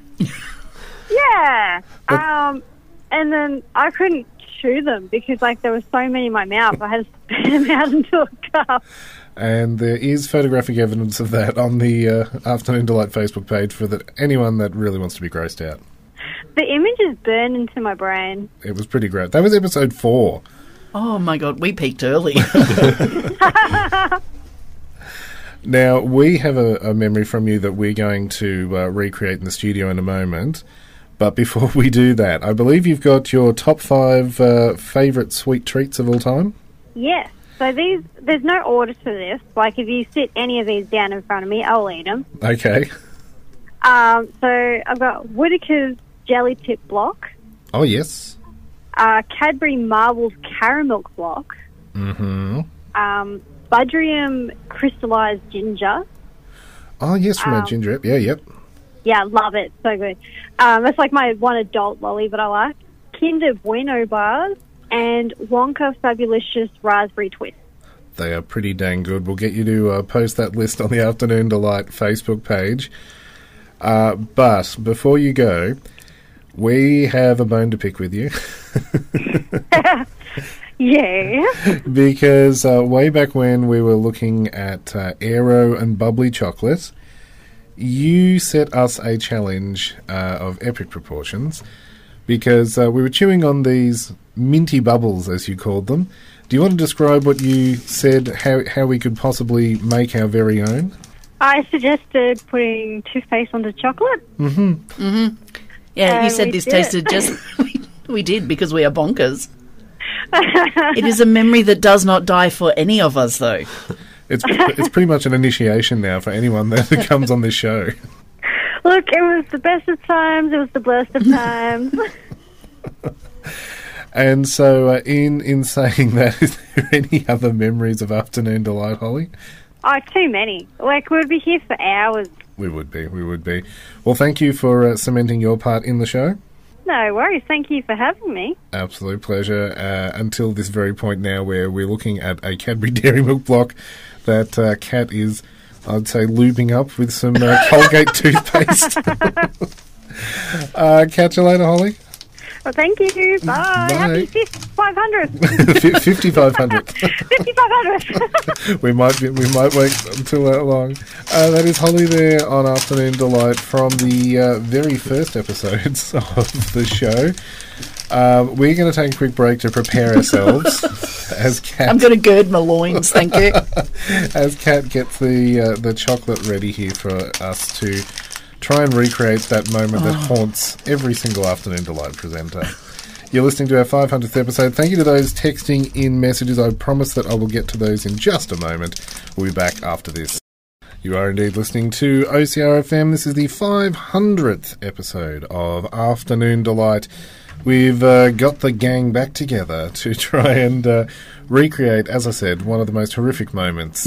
Speaker 8: Yeah. Um, and then I [laughs] couldn't chew them because like there were so many in my mouth, I had to spit them out into a cup.
Speaker 2: And there is photographic evidence of that on the uh, Afternoon Delight Facebook page for that anyone that really wants to be grossed out.
Speaker 8: The image is burned into my brain.
Speaker 2: It was pretty great. That was episode four.
Speaker 4: Oh my god, we peaked early.
Speaker 2: Now, we have a, a memory from you that we're going to uh, recreate in the studio in a moment. But before [laughs] we do that, I believe you've got your top five uh, favourite sweet treats of all time.
Speaker 8: Yes. So these, there's no order to this. Like if you sit any of these down in front of me, I'll eat them.
Speaker 2: Okay.
Speaker 8: Um, so I've got Whitaker's Jelly Tip Block,
Speaker 2: Oh, yes.
Speaker 8: uh, Cadbury Marbled Caramel Block,
Speaker 2: Mm hmm.
Speaker 8: um, Budrium Crystallized Ginger.
Speaker 2: Oh, yes, from our
Speaker 8: Um,
Speaker 2: ginger ep. Yeah, yep.
Speaker 8: Yeah, love it. So good. Um, that's like my one adult lolly that I like. Kinder Bueno bars and Wonka Fabulicious Raspberry Twist.
Speaker 2: They are pretty dang good. We'll get you to uh, post that list on the Afternoon Delight Facebook page. Uh, but before you go, we have a bone to pick with you.
Speaker 8: Yeah.
Speaker 2: because uh, way back when we were looking at uh, Aero and Bubbly Chocolate, you set us a challenge uh, of epic proportions because uh, we were chewing on these minty bubbles, as you called them. Do you want to describe what you said, how, how we could possibly make our very own?
Speaker 8: I suggested putting toothpaste onto chocolate. [laughs]
Speaker 2: Mm-hmm.
Speaker 4: Mm-hmm. Yeah,
Speaker 8: And
Speaker 4: you
Speaker 8: we
Speaker 4: said this
Speaker 8: did.
Speaker 4: tasted just.
Speaker 8: [laughs]
Speaker 4: [laughs] we did because we are bonkers. it
Speaker 8: [laughs]
Speaker 4: is a memory that does not die for any of us, though.
Speaker 2: It's, it's pretty much an initiation now for anyone that [laughs] comes on this show.
Speaker 8: Look, it was the best of times. It was the blessed of times.
Speaker 2: And so, uh, in in saying that, [laughs] is there any other memories of afternoon delight, Holly?
Speaker 8: oh, too many. Like, we'd be here for hours.
Speaker 2: We would be. We would be. Well, thank you for uh, cementing your part in the show.
Speaker 8: No worries. Thank you for having me.
Speaker 2: Absolute pleasure. Uh, until this very point now, where we're looking at a Cadbury [laughs] Dairy Milk block that uh, Cat is, I'd say, lubing up with some uh, Colgate toothpaste. uh, catch you later, Holly. [laughs]
Speaker 8: Well, thank you. Bye.
Speaker 2: Bye.
Speaker 8: Happy fifth, 500th.
Speaker 2: [laughs] Fifty-five hundred. [laughs]
Speaker 8: 5500th.
Speaker 2: we might be, we might wait until that long. Uh, that is Holly there on Afternoon Delight from the uh, very first episodes [laughs] of the show. Uh, we're going to take a quick break to prepare ourselves as Cat
Speaker 4: I'm going to gird my loins, thank you.
Speaker 2: as Kat gets the uh, the chocolate ready here for us to try and recreate that moment that
Speaker 11: Oh.
Speaker 2: haunts every single afternoon delight presenter. You're listening to our 500th episode. Thank you to those texting in messages. I promise that I will get to those in just a moment. We'll be back after this. You are indeed listening to OCRFM. This is the 500th episode of Afternoon Delight. We've uh, got the gang back together to [laughs] try and uh, recreate, as I said, one of the most horrific moments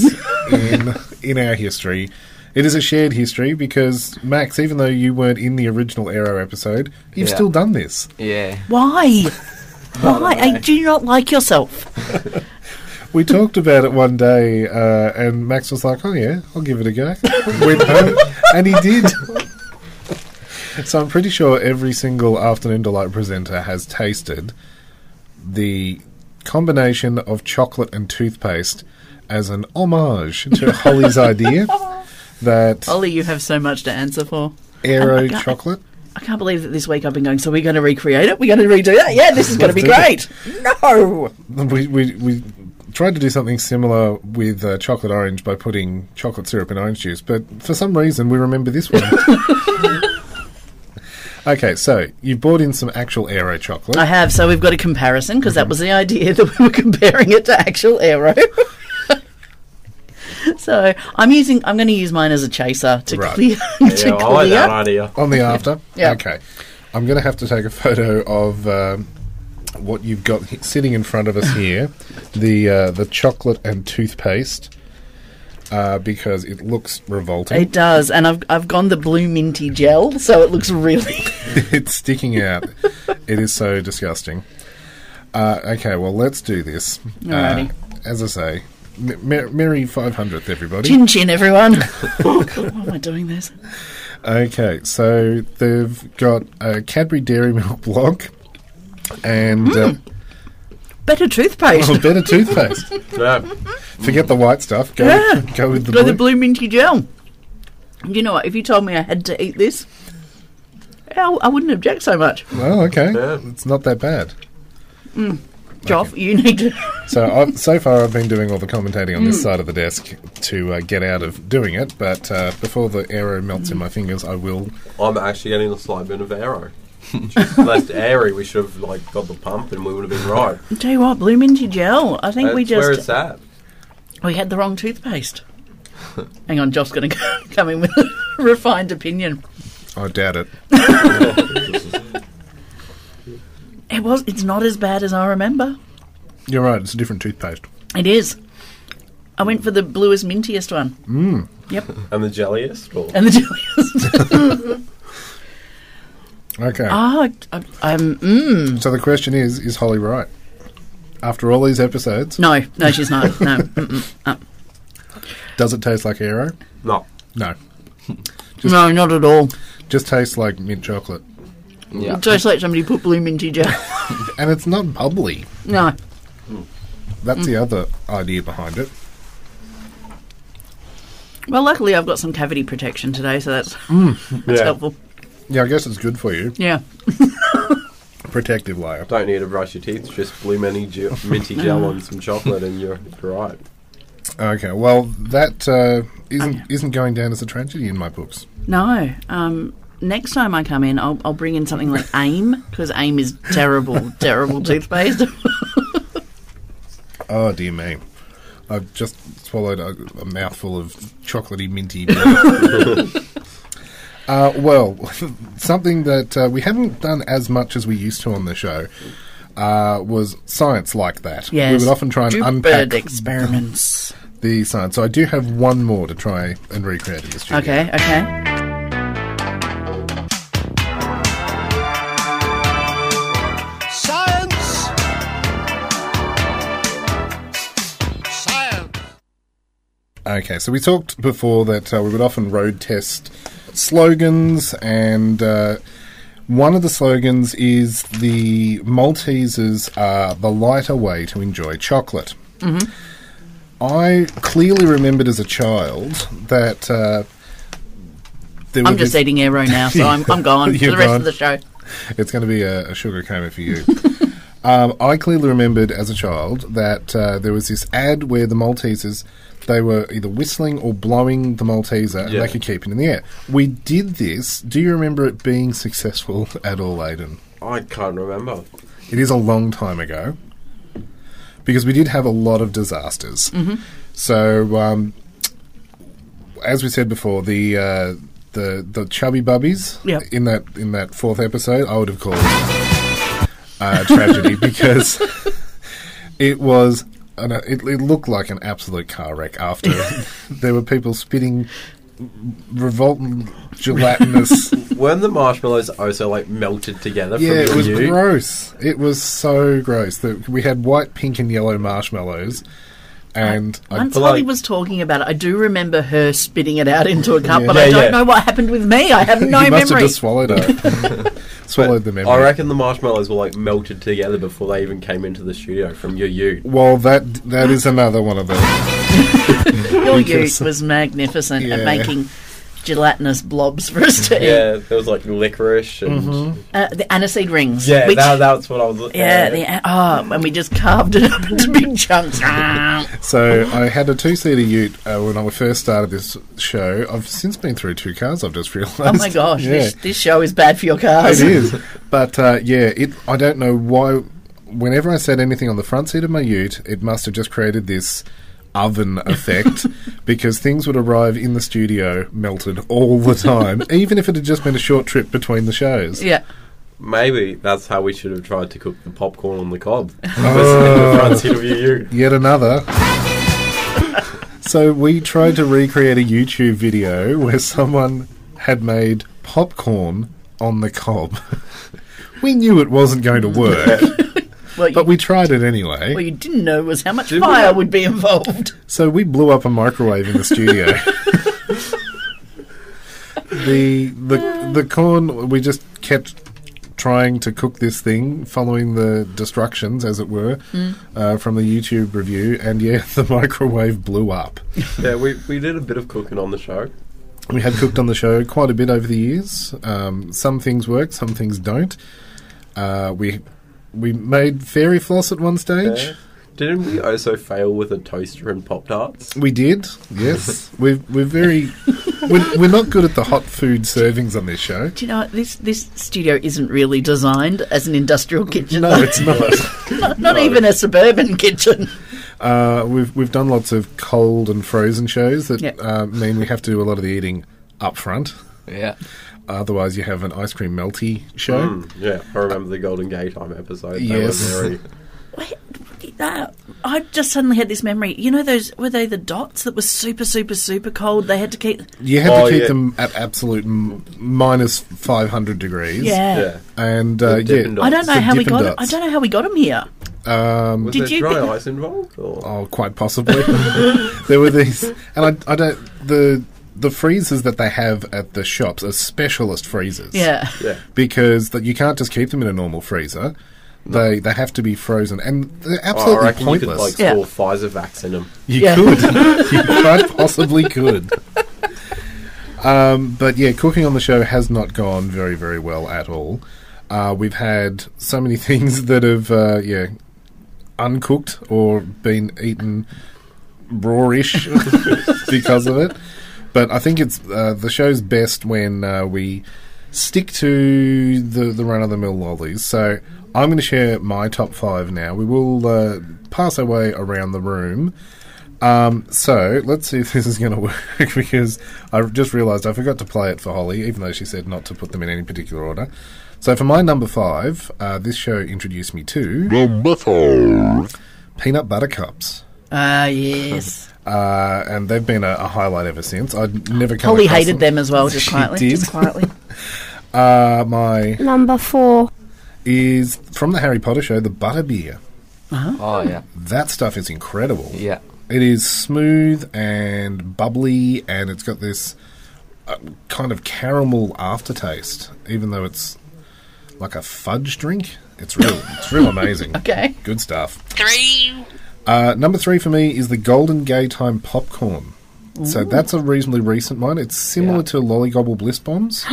Speaker 2: in in our history. It is a shared history because Max, even though you weren't in the original Arrow episode, you've
Speaker 3: Yeah.
Speaker 2: still done this.
Speaker 3: Yeah.
Speaker 4: Why? Why? I do you not like yourself.
Speaker 2: We talked about it one day, uh, and Max was like, "Oh yeah, I'll give it a go." [laughs] Went home, and he did. So I'm pretty sure every single afternoon delight presenter has tasted the combination of chocolate and toothpaste as an homage to Holly's idea that
Speaker 4: Ollie, you have so much to answer for.
Speaker 2: Aero
Speaker 4: And I can't-
Speaker 2: chocolate.
Speaker 4: I can't believe that this week I've been going, so we're going to recreate it? We're going to redo that? Yeah, this is going to be great. No!
Speaker 2: We, we, we tried to do something similar with uh, chocolate orange by putting chocolate syrup in orange juice, but for some reason we remember
Speaker 4: [laughs]
Speaker 2: this one. okay, so you bought in some actual Aero chocolate.
Speaker 4: I have, so we've got a comparison because that was the idea [laughs] that we were comparing it to actual aero. [laughs] so I'm using, I'm going to use mine as a chaser to clear. [laughs] to clear.
Speaker 2: idea. On the after?
Speaker 4: [laughs] Yeah.
Speaker 2: Okay. I'm going to have to take a photo of um, what you've got he- sitting in front of us
Speaker 4: [laughs]
Speaker 2: here the uh, the chocolate and toothpaste uh, because it looks revolting.
Speaker 4: It does, and I've I've gone the blue minty gel, so it looks really. [laughs]
Speaker 2: it's sticking out. it is so disgusting. Uh, okay, well, let's do this. Uh,
Speaker 4: Alrighty.
Speaker 2: as I say, m- mer- merry 500th, everybody.
Speaker 4: Chin chin, everyone. [laughs] oh, God, why am I doing this?
Speaker 2: Okay, so they've got a Cadbury Dairy Milk block, and uh,
Speaker 4: Better toothpaste.
Speaker 2: Oh, better toothpaste. Forget the white stuff. Go,
Speaker 4: Yeah.
Speaker 2: go with the
Speaker 4: Like
Speaker 2: blue.
Speaker 4: the blue minty gel. You know what? If you told me I had to eat this, I, I wouldn't object so much.
Speaker 2: Well, okay. It's not that bad.
Speaker 4: Mm. Joff, you need to. [laughs]
Speaker 2: So I've, so far, I've been doing all the commentating on
Speaker 4: Mm.
Speaker 2: this side of the desk to uh, get out of doing it. But uh, before the arrow melts in my fingers, I will.
Speaker 5: I'm actually getting a slight bit of arrow. Just left airy, we should have like got the pump and we would have
Speaker 4: [laughs]
Speaker 5: been right.
Speaker 4: I'll tell you what, blue minty gel. I think we
Speaker 5: That's where
Speaker 4: just
Speaker 5: it's at.
Speaker 4: we had the wrong toothpaste. [laughs] Hang on, Joff's going to [laughs] come in with a refined opinion.
Speaker 2: I doubt it.
Speaker 4: It was. It's not as bad as I remember.
Speaker 2: You're right. It's a different toothpaste.
Speaker 4: It is. I went for the bluest, mintiest one. [laughs]
Speaker 2: Mm.
Speaker 4: Yep.
Speaker 5: And the jelliest? Or?
Speaker 4: And the
Speaker 5: [laughs]
Speaker 4: jelliest.
Speaker 2: Okay.
Speaker 4: Ah, I'm. Mm.
Speaker 2: So the question is: Is Holly right? After all these episodes,
Speaker 4: no, no, she's not.
Speaker 5: [laughs]
Speaker 4: No. Mm-mm. Uh,
Speaker 2: Does it taste like arrow?
Speaker 5: No.
Speaker 2: No.
Speaker 4: no, not at all.
Speaker 2: Just tastes like mint chocolate.
Speaker 4: It tastes like somebody put blue minty gel.
Speaker 2: and it's not bubbly.
Speaker 4: [laughs] No.
Speaker 2: That's
Speaker 4: Mm.
Speaker 2: the other idea behind it.
Speaker 4: Well, luckily I've got some cavity protection today, so that's that's [laughs] helpful.
Speaker 2: Yeah, I guess it's good for you.
Speaker 4: Yeah.
Speaker 2: Protective layer.
Speaker 5: Don't need to brush your teeth, just blue minty gel, minty gel on some chocolate and you're right.
Speaker 2: Okay, well, that uh,
Speaker 4: Oh,
Speaker 2: isn't isn't going down as a tragedy in my books.
Speaker 4: No. Um, next time I come in, I'll, I'll bring in something like AIM because AIM is
Speaker 2: [laughs]
Speaker 4: terrible, terrible toothpaste.
Speaker 2: Oh dear me, I've just swallowed a, a mouthful of chocolatey minty. blood. [laughs] uh, well, [laughs] something that uh, we haven't done as much as we used to on the show. Uh, was science like that?
Speaker 4: Yes.
Speaker 2: We would often try and
Speaker 4: Stupid
Speaker 2: unpack
Speaker 4: experiments.
Speaker 2: The science. So I do have one more to try and recreate in the studio.
Speaker 4: okay. Okay.
Speaker 1: Science! Science!
Speaker 2: Okay, so we talked before that uh, we would often road test slogans, and uh, one of the slogans is the Maltesers are the lighter way to enjoy chocolate.
Speaker 1: Mm-hmm.
Speaker 2: I clearly remembered as a child that. Uh, there
Speaker 4: I'm
Speaker 2: were
Speaker 4: just
Speaker 2: this-
Speaker 4: eating arrow now, so I'm, I'm gone for
Speaker 2: [laughs] You're
Speaker 4: the rest
Speaker 2: gone.
Speaker 4: of the show.
Speaker 2: It's going to be a, a sugar coma for you. [laughs] um, I clearly remembered as a child that uh, there was this ad where the Maltesers, they were either whistling or blowing the Malteser and
Speaker 5: Yeah.
Speaker 2: they could keep it in the air. We did this. Do you remember it being successful [laughs] at all, Aiden?
Speaker 5: I can't remember.
Speaker 2: It is a long time ago because we did have a lot of disasters.
Speaker 5: Mhm.
Speaker 2: So, um, as we said before, the uh, the the chubby bubbies
Speaker 4: Yep.
Speaker 2: in that in that fourth episode, I would have called uh, tragedy [laughs] because it was. An, it, it looked like an absolute car wreck. After there were people spitting revolt gelatinous
Speaker 5: Weren't the marshmallows also like melted together
Speaker 2: yeah,
Speaker 5: from
Speaker 2: it was
Speaker 5: you?
Speaker 2: gross. It was so gross. that We had white, pink, and yellow marshmallows, and [laughs]
Speaker 4: Once Holly was talking about it, I do remember her spitting it out into a cup,
Speaker 2: Yeah.
Speaker 4: but
Speaker 2: Yeah,
Speaker 4: I don't
Speaker 2: yeah.
Speaker 4: know what happened with me. I have no
Speaker 2: [laughs] you must have
Speaker 4: memory.
Speaker 2: just swallowed it. swallowed the memory.
Speaker 5: I reckon the marshmallows were like melted together before they even came into the studio from your you.
Speaker 2: well, that that is another one of them.
Speaker 4: Your
Speaker 2: Because-
Speaker 4: youth
Speaker 2: [laughs]
Speaker 4: was magnificent
Speaker 2: Yeah.
Speaker 4: at making gelatinous blobs for us to eat.
Speaker 5: Yeah, there was like licorice and
Speaker 4: Uh, the aniseed rings.
Speaker 5: yeah,
Speaker 4: which-
Speaker 5: that, that's what I was. looking
Speaker 4: yeah,
Speaker 5: at.
Speaker 4: the an- oh, and we just carved it up [laughs] into big chunks. Oh
Speaker 2: So I had a two-seater Ute uh, when I first started this show. I've since been through two cars. I've just realised.
Speaker 4: Oh my gosh,
Speaker 2: [laughs] Yeah.
Speaker 4: this, this show is bad for your cars.
Speaker 2: [laughs] It is. But uh, yeah, it. I don't know why. Whenever I said anything on the front seat of my Ute, it must have just created this [laughs] oven effect because things would arrive in the studio melted all the [laughs] time, even if it had just been a short trip between the shows.
Speaker 4: [laughs] Yeah.
Speaker 5: Maybe that's how we should have tried to cook the popcorn on
Speaker 4: [laughs]
Speaker 5: the cob. [laughs]
Speaker 2: Oh.
Speaker 5: Front seat of your ute.
Speaker 2: Yet another. so we tried to recreate a YouTube video where someone had made popcorn on the cob. [laughs] we knew it wasn't going to [laughs] work.
Speaker 4: Well,
Speaker 2: but we tried it anyway.
Speaker 4: What you didn't know was how much
Speaker 2: Did we
Speaker 4: fire
Speaker 2: not?
Speaker 4: would be involved. [laughs]
Speaker 2: So we blew up a microwave in the studio. the the the corn we just kept trying to cook this thing, following the destructions, as it were,
Speaker 5: Mm.
Speaker 2: uh, from the YouTube review. And yeah, [laughs] the microwave blew up.
Speaker 5: yeah, we, we did a bit of cooking on the show.
Speaker 2: We have cooked on the show quite a bit over the years. Um, some things work, some things don't. Uh, we we made fairy floss at one stage.
Speaker 5: Yeah. Didn't we also fail with a toaster and Pop Tarts?
Speaker 2: We did,
Speaker 5: [laughs]
Speaker 2: yes. we're we're very we're, we're not good at the hot food servings on this show.
Speaker 4: Do you know what? this this studio isn't really designed as an industrial kitchen?
Speaker 2: No, it's
Speaker 4: [laughs]
Speaker 2: not.
Speaker 4: not, not even a suburban [laughs] kitchen.
Speaker 2: Uh, we've we've done lots of cold and frozen shows that
Speaker 4: Yep.
Speaker 2: uh, mean we have to do a lot of the eating up front.
Speaker 3: Yeah.
Speaker 2: Otherwise, you have an ice cream melty show.
Speaker 5: Mm, yeah, I remember the Golden Gay Time episode. They
Speaker 2: Yes.
Speaker 5: were [laughs] very-
Speaker 4: Uh, I just suddenly had this memory. You know those were they the dots that were super super super cold? They had to keep.
Speaker 2: You had
Speaker 5: Oh,
Speaker 2: to keep
Speaker 5: yeah.
Speaker 2: them at absolute m- minus 500 degrees.
Speaker 4: Yeah. Yeah.
Speaker 2: And, uh,
Speaker 5: The
Speaker 2: yeah.
Speaker 5: Dippin'
Speaker 4: I don't know how we got. it. I don't know how we got them here.
Speaker 2: Um,
Speaker 5: Was there dry ice involved? Or?
Speaker 2: Oh, quite possibly. [laughs] there were these, and I, I don't the the freezers that they have at the shops are specialist
Speaker 4: [laughs]
Speaker 2: freezers.
Speaker 4: Yeah.
Speaker 5: Yeah.
Speaker 2: Because that you can't just keep them in a normal freezer. They they have to be frozen, and they're
Speaker 5: Oh, I
Speaker 2: absolutely
Speaker 5: reckon
Speaker 2: pointless.
Speaker 5: you could like store Pfizer vaccine them.
Speaker 2: You could. you quite possibly could. Um, but yeah, cooking on the show has not gone very, very well at all. Uh, we've had so many [laughs] things that have, uh, yeah, uncooked or been eaten rawish [laughs] because of it. But I think it's uh, the show's best when uh, we stick to the, the run of the mill lollies. So I'm going to share my top five now. We will uh, pass our way around the room. Um, so let's see if this is going to [laughs] work because I just realised I forgot to play it for Holly, even though she said not to put them in any particular order. So for my number five, uh, this show introduced me to number five, peanut butter cups.
Speaker 4: Ah
Speaker 2: [laughs]
Speaker 4: yes.
Speaker 2: Uh, and they've been a, a highlight ever since. I'd never come
Speaker 4: Holly
Speaker 2: across
Speaker 4: hated them as
Speaker 2: [laughs]
Speaker 4: well, just
Speaker 2: She
Speaker 4: quietly.
Speaker 2: did.
Speaker 4: Just
Speaker 2: [laughs]
Speaker 4: quietly.
Speaker 2: uh, my
Speaker 6: Number four.
Speaker 2: is from the Harry Potter show, the Butterbeer.
Speaker 4: Uh-huh.
Speaker 3: Oh, yeah.
Speaker 2: That stuff is incredible.
Speaker 3: Yeah.
Speaker 2: It is smooth and bubbly, and it's got this uh, kind of caramel aftertaste, even though it's like a fudge drink. It's real.
Speaker 4: [laughs]
Speaker 2: it's real amazing.
Speaker 4: Okay.
Speaker 2: Good stuff. Three. Uh, number three for me is the Golden Gay Time popcorn. So
Speaker 4: Ooh.
Speaker 2: that's a reasonably recent one. It's similar to Lollygobble
Speaker 4: [gasps]
Speaker 2: Bliss Bombs,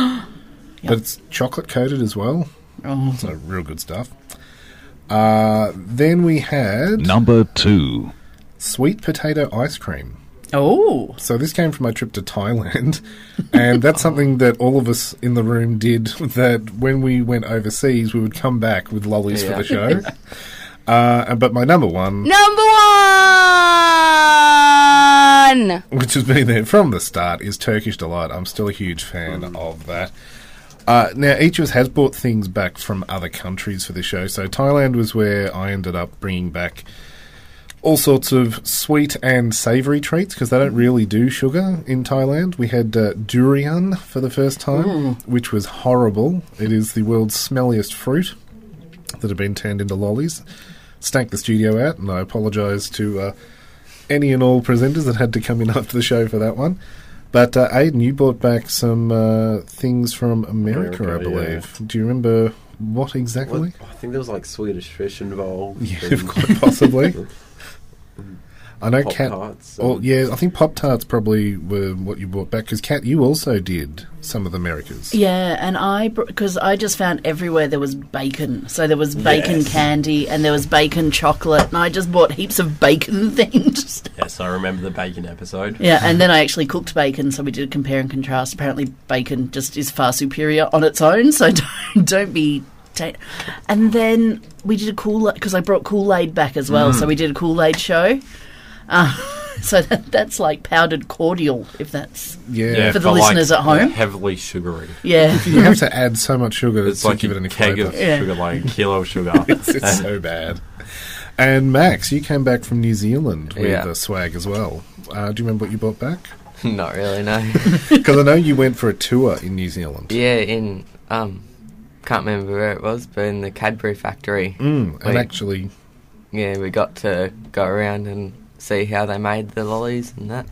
Speaker 2: but it's chocolate coated as well.
Speaker 4: Oh.
Speaker 2: So real good stuff. Uh, then we had
Speaker 16: Number two.
Speaker 2: sweet potato ice cream.
Speaker 4: Oh.
Speaker 2: So this came from my trip to Thailand. And that's something that all of us in the room did [laughs] that when we went overseas, we would come back with lollies
Speaker 5: Yeah.
Speaker 2: for the show. Uh, and- but my number one,
Speaker 17: Number one.
Speaker 2: which has been there from the start, is Turkish Delight. I'm still a huge fan of that. Uh, now, each of us has brought things back from other countries for the show. So Thailand was where I ended up bringing back all sorts of sweet and savoury treats because they don't really do sugar in Thailand. We had uh, durian for the first time, which was horrible. It is the world's smelliest fruit that have been turned into lollies. Stank the studio out, and I apologise to uh, any and all presenters that had to come in [laughs] after the show for that one. But uh, Aiden, you brought back some uh, things from America,
Speaker 5: America,
Speaker 2: I believe. Do you remember what exactly?
Speaker 5: What- I think there was like Swedish fish involved. [laughs]
Speaker 2: Yeah,
Speaker 5: and-
Speaker 2: quite [laughs] possibly. I know Cat.
Speaker 5: Pop-Tarts
Speaker 2: Oh,
Speaker 5: and-
Speaker 2: yeah, I think Pop Tarts probably were what you brought back because Cat, you also did some of the Americas.
Speaker 4: Yeah, and I because I just found everywhere there was bacon. So there was bacon
Speaker 5: Yes.
Speaker 4: candy and there was bacon chocolate, and I just bought heaps of bacon [laughs] things.
Speaker 5: Yes, I remember the bacon episode.
Speaker 4: yeah, and then I actually cooked bacon, so we did a compare and contrast. Apparently, bacon just is far superior on its own. So [laughs] don't don't be. Ta- and then we did a Kool Aid because I brought Kool Aid back as well.
Speaker 17: Mm.
Speaker 4: So we did a Kool Aid show. Uh, [laughs] so that, that's like powdered cordial, if that's for the
Speaker 5: like,
Speaker 4: listeners at home.
Speaker 5: Heavily sugary.
Speaker 2: [laughs]
Speaker 4: Yeah. [laughs]
Speaker 2: you have to add so much sugar
Speaker 5: It's
Speaker 2: to
Speaker 5: like
Speaker 2: give it
Speaker 5: a
Speaker 2: any
Speaker 5: keg
Speaker 2: flavour.
Speaker 5: of sugar, [laughs] like a kilo of sugar.
Speaker 2: it's, it's
Speaker 5: [laughs]
Speaker 2: so bad. And Max, you came back from New Zealand with
Speaker 3: Yeah.
Speaker 2: the swag as well. Uh, do you remember what you brought back? [laughs]
Speaker 3: Not really, no.
Speaker 2: Because I know you went for a tour in New
Speaker 3: [laughs]
Speaker 2: Zealand.
Speaker 3: yeah, in um, can't remember where it was, but in the Cadbury factory.
Speaker 2: Mm, and
Speaker 3: we-
Speaker 2: actually,
Speaker 3: yeah, we got to go around and see how they made the lollies and that.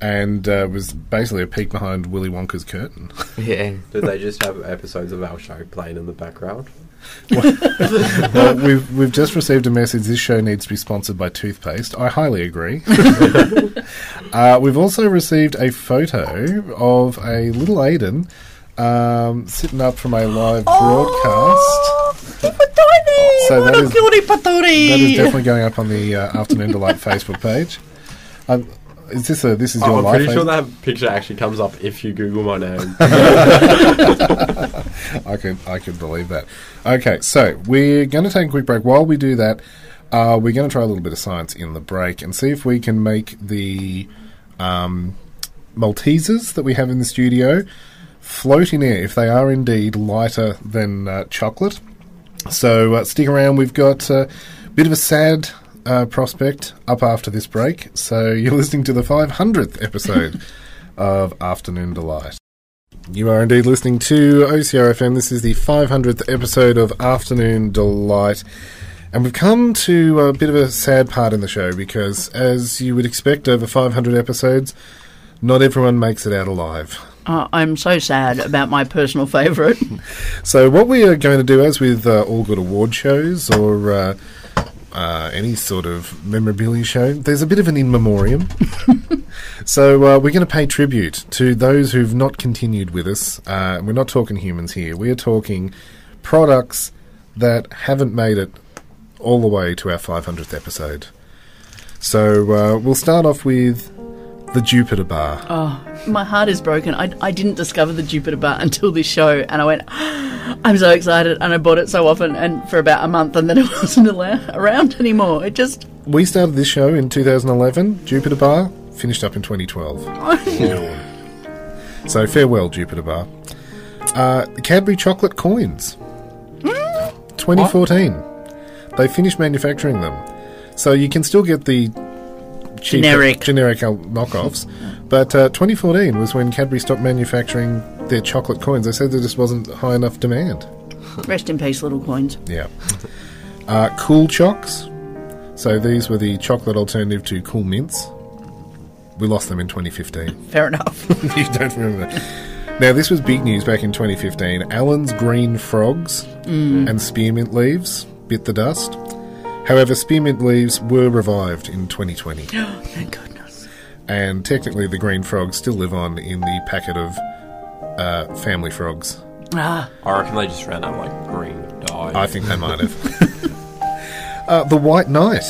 Speaker 2: and uh, was basically a peek behind Willy Wonka's curtain.
Speaker 3: Yeah.
Speaker 5: Did they just have episodes of our show playing in the background?
Speaker 2: well, Uh, we've we've just received a message. This show needs to be sponsored by toothpaste. I highly agree. uh, we've also received a photo of a little Aiden um, sitting up from a live broadcast. So that is, that is definitely going up on the uh, Afternoon Delight Facebook page. Um, is this a this is your
Speaker 5: Oh, I'm
Speaker 2: live?
Speaker 5: pretty
Speaker 2: Aiden?
Speaker 5: sure that picture actually comes up if you Google my [laughs] name.
Speaker 2: I could I could believe that. Okay, so we're going to take a quick break. While we do that, uh, we're going to try a little bit of science in the break and see if we can make the um, Maltesers that we have in the studio float in air if they are indeed lighter than uh, chocolate. So uh, stick around. We've got uh, a bit of a sad. Uh, prospect up after this break. So you're listening to the 500th episode of Afternoon Delight. You are indeed listening to OCRFM. This is the 500th episode of Afternoon Delight. And we've come to a bit of a sad part in the show because, as you would expect over 500 episodes, not everyone makes it out alive.
Speaker 4: Uh, I'm so sad about my personal favourite.
Speaker 2: So, what we are going to do, as with uh, all good award shows or uh, uh, any sort of memorabilia show, there's a bit of an in memoriam. so, uh, we're going to pay tribute to those who've not continued with us. Uh, we're not talking humans here, we are talking products that haven't made it all the way to our 500th episode. So, uh, we'll start off with the Jupiter Bar.
Speaker 4: Oh, my heart is broken. I, I didn't discover the Jupiter bar [laughs] until this show, and I went, [gasps] I'm so excited, and I bought it so often, and for about a month, and then [laughs] it wasn't allo- around anymore. It just,
Speaker 2: We started this show in 2011, Jupiter Bar, finished up in 2012. so farewell, Jupiter Bar. Uh, Cadbury Chocolate Coins, 2014. They finished manufacturing them. So you can still get the cheap,
Speaker 4: Generic.
Speaker 2: generic al- knockoffs. But uh, 2014 was when Cadbury stopped manufacturing their chocolate coins. They said there just wasn't high enough demand.
Speaker 4: rest in peace, little coins.
Speaker 2: Yeah. Uh, cool Chocks. So these were the chocolate alternative to Cool Mints. We lost them in 2015.
Speaker 4: Fair enough. [gasps]
Speaker 2: [laughs] you don't remember that. Now, this was big news back in 2015. Allen's green frogs
Speaker 4: Mm.
Speaker 2: and spearmint leaves bit the dust. However, spearmint leaves were revived in 2020.
Speaker 4: Thank goodness.
Speaker 2: And technically, the green frogs still live on in the packet of uh, family frogs.
Speaker 4: Ah.
Speaker 5: I reckon they just ran out like green dye.
Speaker 2: I think they might have. uh, the White Knight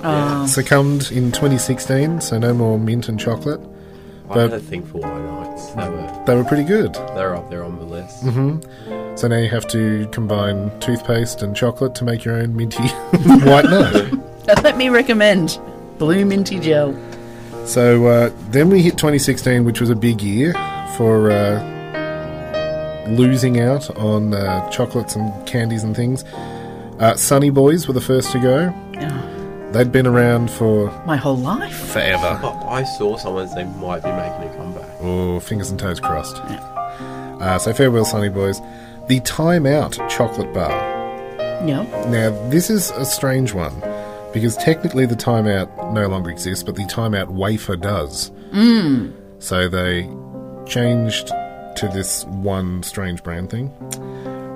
Speaker 5: Yeah.
Speaker 2: succumbed in 2016, so no more mint and chocolate.
Speaker 5: I had
Speaker 2: But
Speaker 5: a thing for White Knights. They were,
Speaker 2: they were pretty good.
Speaker 5: they were up there on the list.
Speaker 2: hmm So now you have to combine toothpaste and chocolate to make your own minty [laughs] White Knight.
Speaker 4: And let me recommend Blue Minty Gel.
Speaker 2: So uh, then we hit 2016, which was a big year for uh, losing out on uh, chocolates and candies and things. Uh, Sunny Boys were the first to go. They'd been around for
Speaker 4: my whole life,
Speaker 2: forever.
Speaker 5: Oh, I saw someone they might be making a comeback.
Speaker 2: Oh, fingers and toes crossed. Uh, so farewell, Sunny Boys. The Time Out chocolate bar.
Speaker 4: Yeah.
Speaker 2: Now, this is a strange one because technically the timeout no longer exists, but the timeout wafer does.
Speaker 4: Mm.
Speaker 2: So they changed to this one strange brand thing.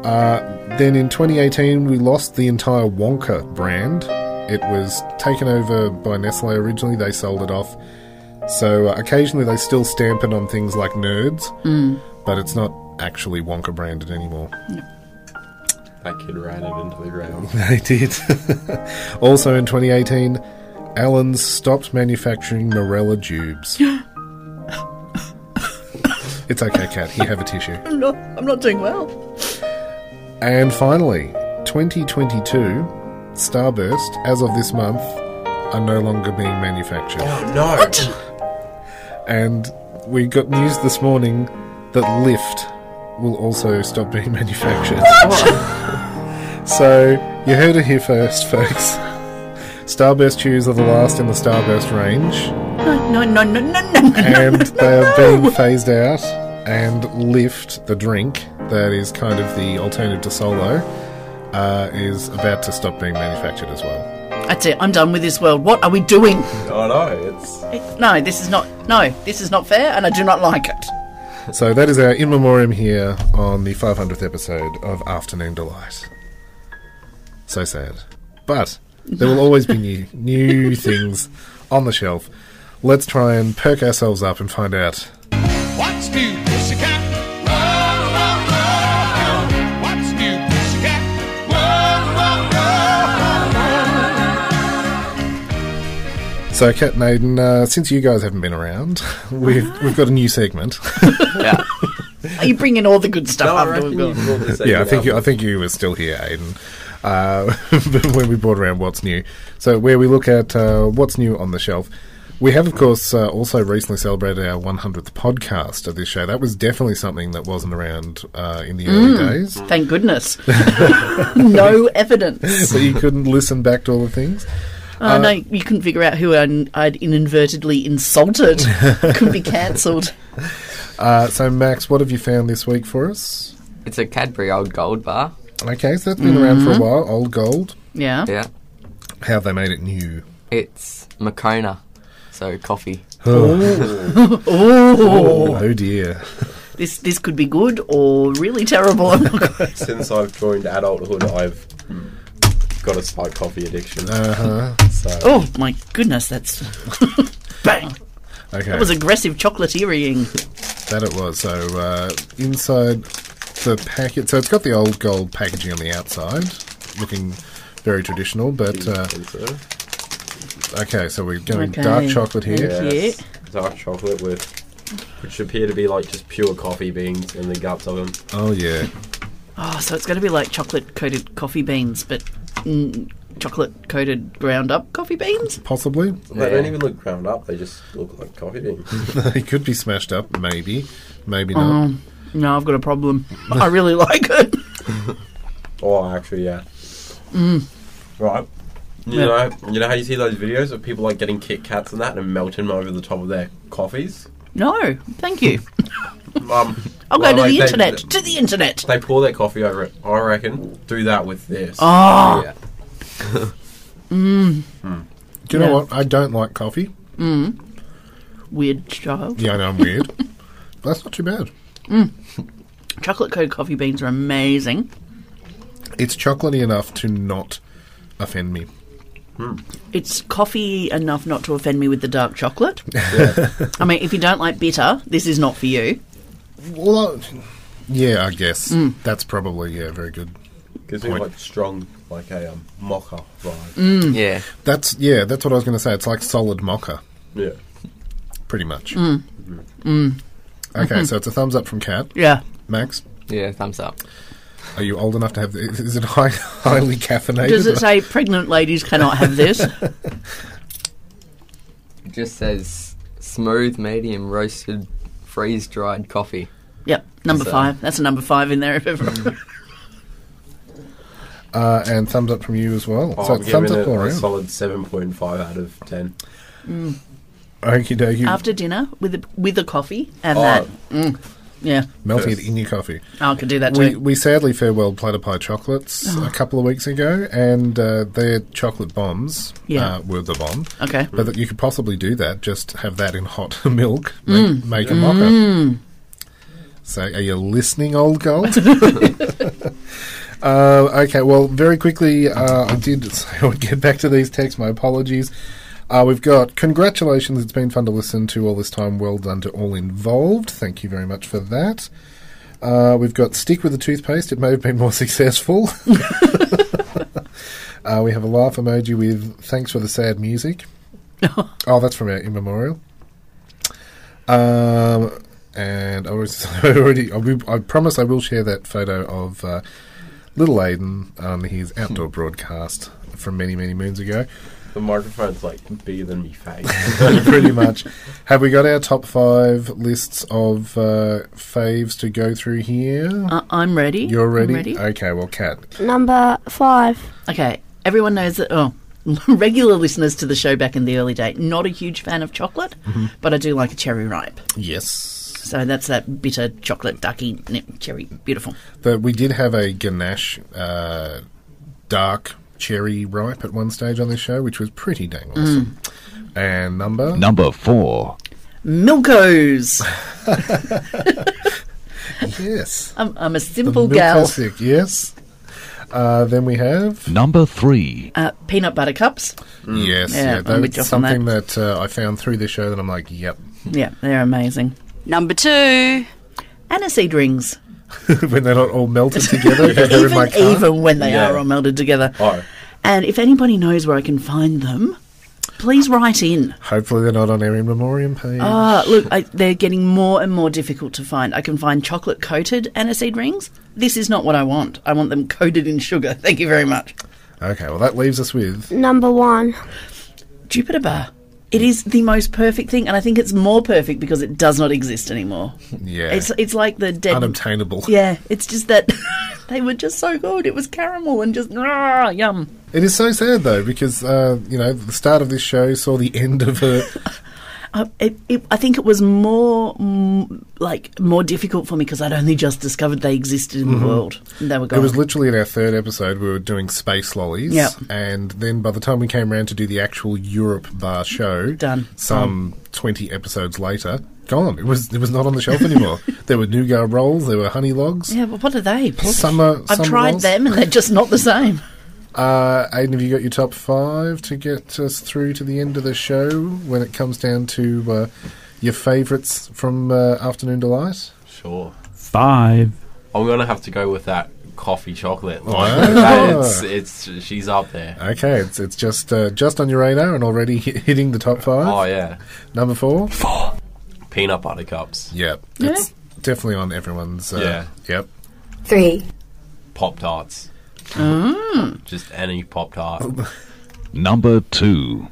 Speaker 2: Uh, then in 2018, we lost the entire Wonka brand. It was taken over by Nestle originally, they sold it off. So uh, occasionally they still stamp it on things like nerds,
Speaker 4: Mm.
Speaker 2: but it's not actually Wonka branded anymore.
Speaker 5: That kid ran it into the [laughs] ground.
Speaker 2: They did. [laughs] also in 2018, Allen's stopped manufacturing Morella tubes. it's okay, Kat. Here, have a tissue.
Speaker 4: I'm not, I'm not doing well.
Speaker 2: And finally, 2022, Starburst, as of this month, are no longer being manufactured.
Speaker 5: Oh, no.
Speaker 2: And we got news this morning that Lyft will also stop being [laughs] manufactured. [laughs] so, you heard it here first, folks. Starburst chews are the last in the Starburst range
Speaker 4: No, no, no, no, no, no.
Speaker 2: and they are being phased out. And Lyft, the drink that is kind of the alternative to Solo, uh, is about to stop being manufactured as well.
Speaker 4: That's it. I'm done with this world. What are we doing?
Speaker 5: I know. It's
Speaker 4: No, this is not. No, this is not fair, and I do not like it.
Speaker 2: So that is our in memoriam here on the 500th episode of Afternoon Delight. So sad, but there will always be
Speaker 1: [laughs]
Speaker 2: new new things on the shelf. Let's try and perk ourselves up and find out.
Speaker 1: What's new, pussycat? Whoa, whoa, whoa. What's new, pussycat? Whoa, whoa, whoa.
Speaker 2: So, Kat and Aiden, uh, since you guys haven't been around, [laughs] we've we've got a new segment.
Speaker 4: Yeah. Are you bringing all the good stuff
Speaker 2: No, I
Speaker 4: up?
Speaker 2: reckon
Speaker 4: Google?
Speaker 2: you
Speaker 5: brought
Speaker 2: yeah, I think you, I think you were still here, Aiden, uh, [laughs] when we brought around what's new. So where we look at uh, what's new on the shelf. We have, of course, uh, also recently celebrated our 100th podcast of this show. That was definitely something that wasn't around uh, in the early
Speaker 4: Mm,
Speaker 2: days.
Speaker 4: Thank goodness. no evidence.
Speaker 2: so you couldn't listen back to all the things.
Speaker 4: Oh, no, you couldn't figure out who I'd, I'd inadvertently insulted. Could be cancelled.
Speaker 2: Uh, so, Max, what have you found this week for us?
Speaker 3: It's a Cadbury Old Gold bar.
Speaker 2: Okay, so that's been around for a
Speaker 4: Mm-hmm.
Speaker 3: Mhm.
Speaker 2: while. Old gold.
Speaker 4: Yeah.
Speaker 3: Yeah.
Speaker 2: How they made it new?
Speaker 3: It's Makona, so coffee.
Speaker 2: Oh.
Speaker 4: Oh.
Speaker 2: oh dear.
Speaker 4: This this could be good or really terrible. I'm not quite-
Speaker 5: since I've joined adulthood, I've got a slight coffee addiction.
Speaker 2: Uh-huh.
Speaker 5: So,
Speaker 4: oh my goodness, that's [laughs] bang.
Speaker 2: Okay.
Speaker 4: That was aggressive chocolatiering.
Speaker 2: That it was. So uh, inside the packet, so it's got the old gold packaging on the outside, looking very traditional. But uh, okay, so we're going dark chocolate here.
Speaker 5: Yes, Dark chocolate with which appear to be like just pure coffee beans in the guts of them.
Speaker 2: Oh yeah.
Speaker 4: Oh, so it's going to be like chocolate coated coffee beans, but mm, chocolate coated ground up coffee beans.
Speaker 2: Possibly. [laughs]
Speaker 5: They don't even look ground up. They just look like coffee beans.
Speaker 2: it could be smashed up, maybe, maybe not.
Speaker 4: Oh, no, I've got a problem. I really like it.
Speaker 5: oh, actually, yeah.
Speaker 4: Mm.
Speaker 5: Right. You
Speaker 4: Yeah.
Speaker 5: know, you know how you see those videos of people like getting Kit Kats and that and melting them over the top of their coffees.
Speaker 4: No, thank you.
Speaker 5: Um,
Speaker 4: [laughs] I'll
Speaker 5: well,
Speaker 4: go to
Speaker 5: like,
Speaker 4: the
Speaker 5: they-
Speaker 4: internet. to the internet.
Speaker 5: They pour their coffee over it. I reckon. Do that with this.
Speaker 4: Oh.
Speaker 5: Yeah.
Speaker 4: Mm.
Speaker 2: Do you know
Speaker 4: Yeah.
Speaker 2: what? I don't like coffee.
Speaker 4: Mm. Weird child.
Speaker 2: Yeah, I know
Speaker 4: [laughs]
Speaker 2: I'm weird. That's not too bad.
Speaker 4: Mm. Chocolate coated coffee beans are amazing.
Speaker 2: It's chocolatey enough to not offend me.
Speaker 4: It's coffee enough not to offend me with the dark chocolate. I mean, if you don't like bitter, this is not for you.
Speaker 2: Well, uh, Yeah, I guess
Speaker 4: Mm.
Speaker 2: that's probably yeah, very good.
Speaker 5: Gives me
Speaker 2: point.
Speaker 5: like strong, like a um, mocha vibe.
Speaker 4: Mm.
Speaker 3: Yeah.
Speaker 2: That's yeah, that's what I was going to say. It's like solid mocha.
Speaker 5: Yeah.
Speaker 2: Pretty much.
Speaker 4: Mm. Mm.
Speaker 2: Okay,
Speaker 4: Mhm.
Speaker 2: so it's a thumbs up from Kat.
Speaker 4: Yeah.
Speaker 2: Max,
Speaker 3: Yeah, thumbs up.
Speaker 2: are you old enough to have? The, is it high, [laughs] highly caffeinated? Uh,
Speaker 4: Does it say pregnant ladies cannot have
Speaker 2: [laughs]
Speaker 4: this?
Speaker 3: It just says smooth, medium roasted, freeze dried coffee.
Speaker 4: yep, number
Speaker 3: So-
Speaker 4: five. That's a number five in there if
Speaker 2: Mm-hmm.
Speaker 4: ever.
Speaker 2: Uh, and thumbs up from you as well.
Speaker 5: Oh,
Speaker 2: so
Speaker 5: I'm
Speaker 2: it's thumbs
Speaker 5: giving
Speaker 2: up
Speaker 5: it
Speaker 2: all
Speaker 5: a
Speaker 2: around.
Speaker 5: solid 7.5 out of 10.
Speaker 4: Mm.
Speaker 2: Okie dokie.
Speaker 4: After dinner with a, with a coffee and
Speaker 2: Oh.
Speaker 4: that. Mm. Yeah.
Speaker 2: Melting it in your coffee.
Speaker 4: Oh, I could do that too.
Speaker 2: We, we sadly farewelled Platter Pie Chocolates
Speaker 4: Oh.
Speaker 2: a couple of weeks ago, and uh, their chocolate bombs
Speaker 4: Yeah.
Speaker 2: uh, were the bomb.
Speaker 4: Okay.
Speaker 2: But that you could possibly do that, just have that in hot [laughs] milk, make,
Speaker 4: Mm.
Speaker 2: make a
Speaker 4: Yeah.
Speaker 2: mocha.
Speaker 4: Mm.
Speaker 2: So, are you listening, old gold? [laughs] uh, okay, well, very quickly, uh, I did [laughs] say I would get back to these texts. My apologies. Uh, we've got congratulations. It's been fun to listen to all this time. Well done to all involved. Thank you very much for that. Uh, we've got stick with the toothpaste. It may have been more [laughs] successful. uh, we have a laugh emoji with thanks for the sad music. oh, that's from our immemorial. Um, and I was I already. [laughs] I, will, I promise I will share that photo of uh, little Aiden on his outdoor broadcast from many many moons ago.
Speaker 5: The microphone's like bigger than me face.
Speaker 2: [laughs] pretty much. Have we got our top five lists of uh, faves to go through here?
Speaker 4: Uh, I'm ready.
Speaker 2: You're
Speaker 4: I'm
Speaker 2: ready? Uh,
Speaker 4: ready.
Speaker 2: Okay, well, Kat.
Speaker 4: Number five. Okay, everyone knows that. Oh, [laughs] regular listeners to the show back in the early day. Not a huge fan of chocolate,
Speaker 2: Mhm.
Speaker 4: but I do like a cherry ripe.
Speaker 2: Yes.
Speaker 4: So that's that bitter chocolate ducky nip cherry. Beautiful.
Speaker 2: But we did have a ganache uh, dark Cherry Ripe at one stage on this show, which was pretty dang
Speaker 4: Mm.
Speaker 2: awesome. And number
Speaker 16: Number four.
Speaker 2: [sighs]
Speaker 4: Milkos.
Speaker 2: yes.
Speaker 4: I'm, I'm a
Speaker 2: the
Speaker 4: simple
Speaker 2: Milk
Speaker 4: gal.
Speaker 2: Classic, yes. Uh, then we have
Speaker 16: Number three.
Speaker 4: Uh, peanut butter cups.
Speaker 2: yes,
Speaker 4: Yeah,
Speaker 2: yeah,
Speaker 4: I'm
Speaker 2: that's
Speaker 4: with you on that.
Speaker 2: something that, uh, I found through the show that I'm like, yep. [laughs]
Speaker 4: Yeah, they're amazing.
Speaker 17: Number two,
Speaker 4: aniseed
Speaker 2: [laughs]
Speaker 4: rings.
Speaker 2: when they're not all
Speaker 4: [laughs]
Speaker 2: melted together, because they're in my
Speaker 4: even,
Speaker 2: car.
Speaker 4: even when they
Speaker 2: Yeah.
Speaker 4: are all melded together.
Speaker 2: Oh.
Speaker 4: And if anybody knows where I can find them, please write in.
Speaker 2: uh, Hopefully they're not on our in memoriam page.
Speaker 4: Ah, look, I, they're getting more and more difficult to find. I can find chocolate coated aniseed rings. This is not what I want. I want them coated in sugar. [laughs] Thank you very much.
Speaker 2: Okay, well that leaves us with
Speaker 4: Number one Jupiter bar. It is the most perfect thing, and I think it's more perfect because it does not exist anymore.
Speaker 2: yeah,
Speaker 4: It's it's like the dead.
Speaker 2: unobtainable.
Speaker 4: yeah, it's just that [laughs] they were just so good. It was caramel and just rah, yum.
Speaker 2: It is so sad though because uh, you know the start of this show saw the end of a
Speaker 4: I, it, it, I think it was more mm, like more difficult for me because I'd only just discovered they existed in
Speaker 2: Mhm.
Speaker 4: the world. And they were
Speaker 2: It
Speaker 4: gone.
Speaker 2: was literally in our third episode. We were doing space lollies,
Speaker 4: Yep.
Speaker 2: and then by the time we came around to do the actual Europe bar show,
Speaker 4: Done.
Speaker 2: Some twenty episodes later, gone. It was it was not on the shelf [laughs] anymore. there were nougat rolls. There were honey logs.
Speaker 4: yeah, but what are they?
Speaker 2: Summer-
Speaker 4: I've
Speaker 2: summer
Speaker 4: tried
Speaker 2: rolls?
Speaker 4: them and they're just not the
Speaker 2: [laughs]
Speaker 4: same.
Speaker 2: Uh, Aiden, have you got your top five to get us through to the end of the show when it comes down to uh, your favourites from uh, Afternoon Delight?
Speaker 5: Sure.
Speaker 16: Five.
Speaker 5: I'm gonna have to go with that coffee chocolate.
Speaker 2: [laughs] Wow.
Speaker 5: That is- it's, she's up there.
Speaker 2: Okay, it's it's just uh, just on your radar and already [laughs] hi- hitting the top five.
Speaker 5: Oh yeah,
Speaker 2: number four. Four.
Speaker 5: peanut butter cups.
Speaker 2: Yep,
Speaker 5: Yeah.
Speaker 2: it's definitely on everyone's. Uh,
Speaker 5: Yeah.
Speaker 2: Yep.
Speaker 5: Three. Pop tarts.
Speaker 4: Mm.
Speaker 5: Just any pop
Speaker 2: [laughs]
Speaker 5: tart.
Speaker 16: Number two.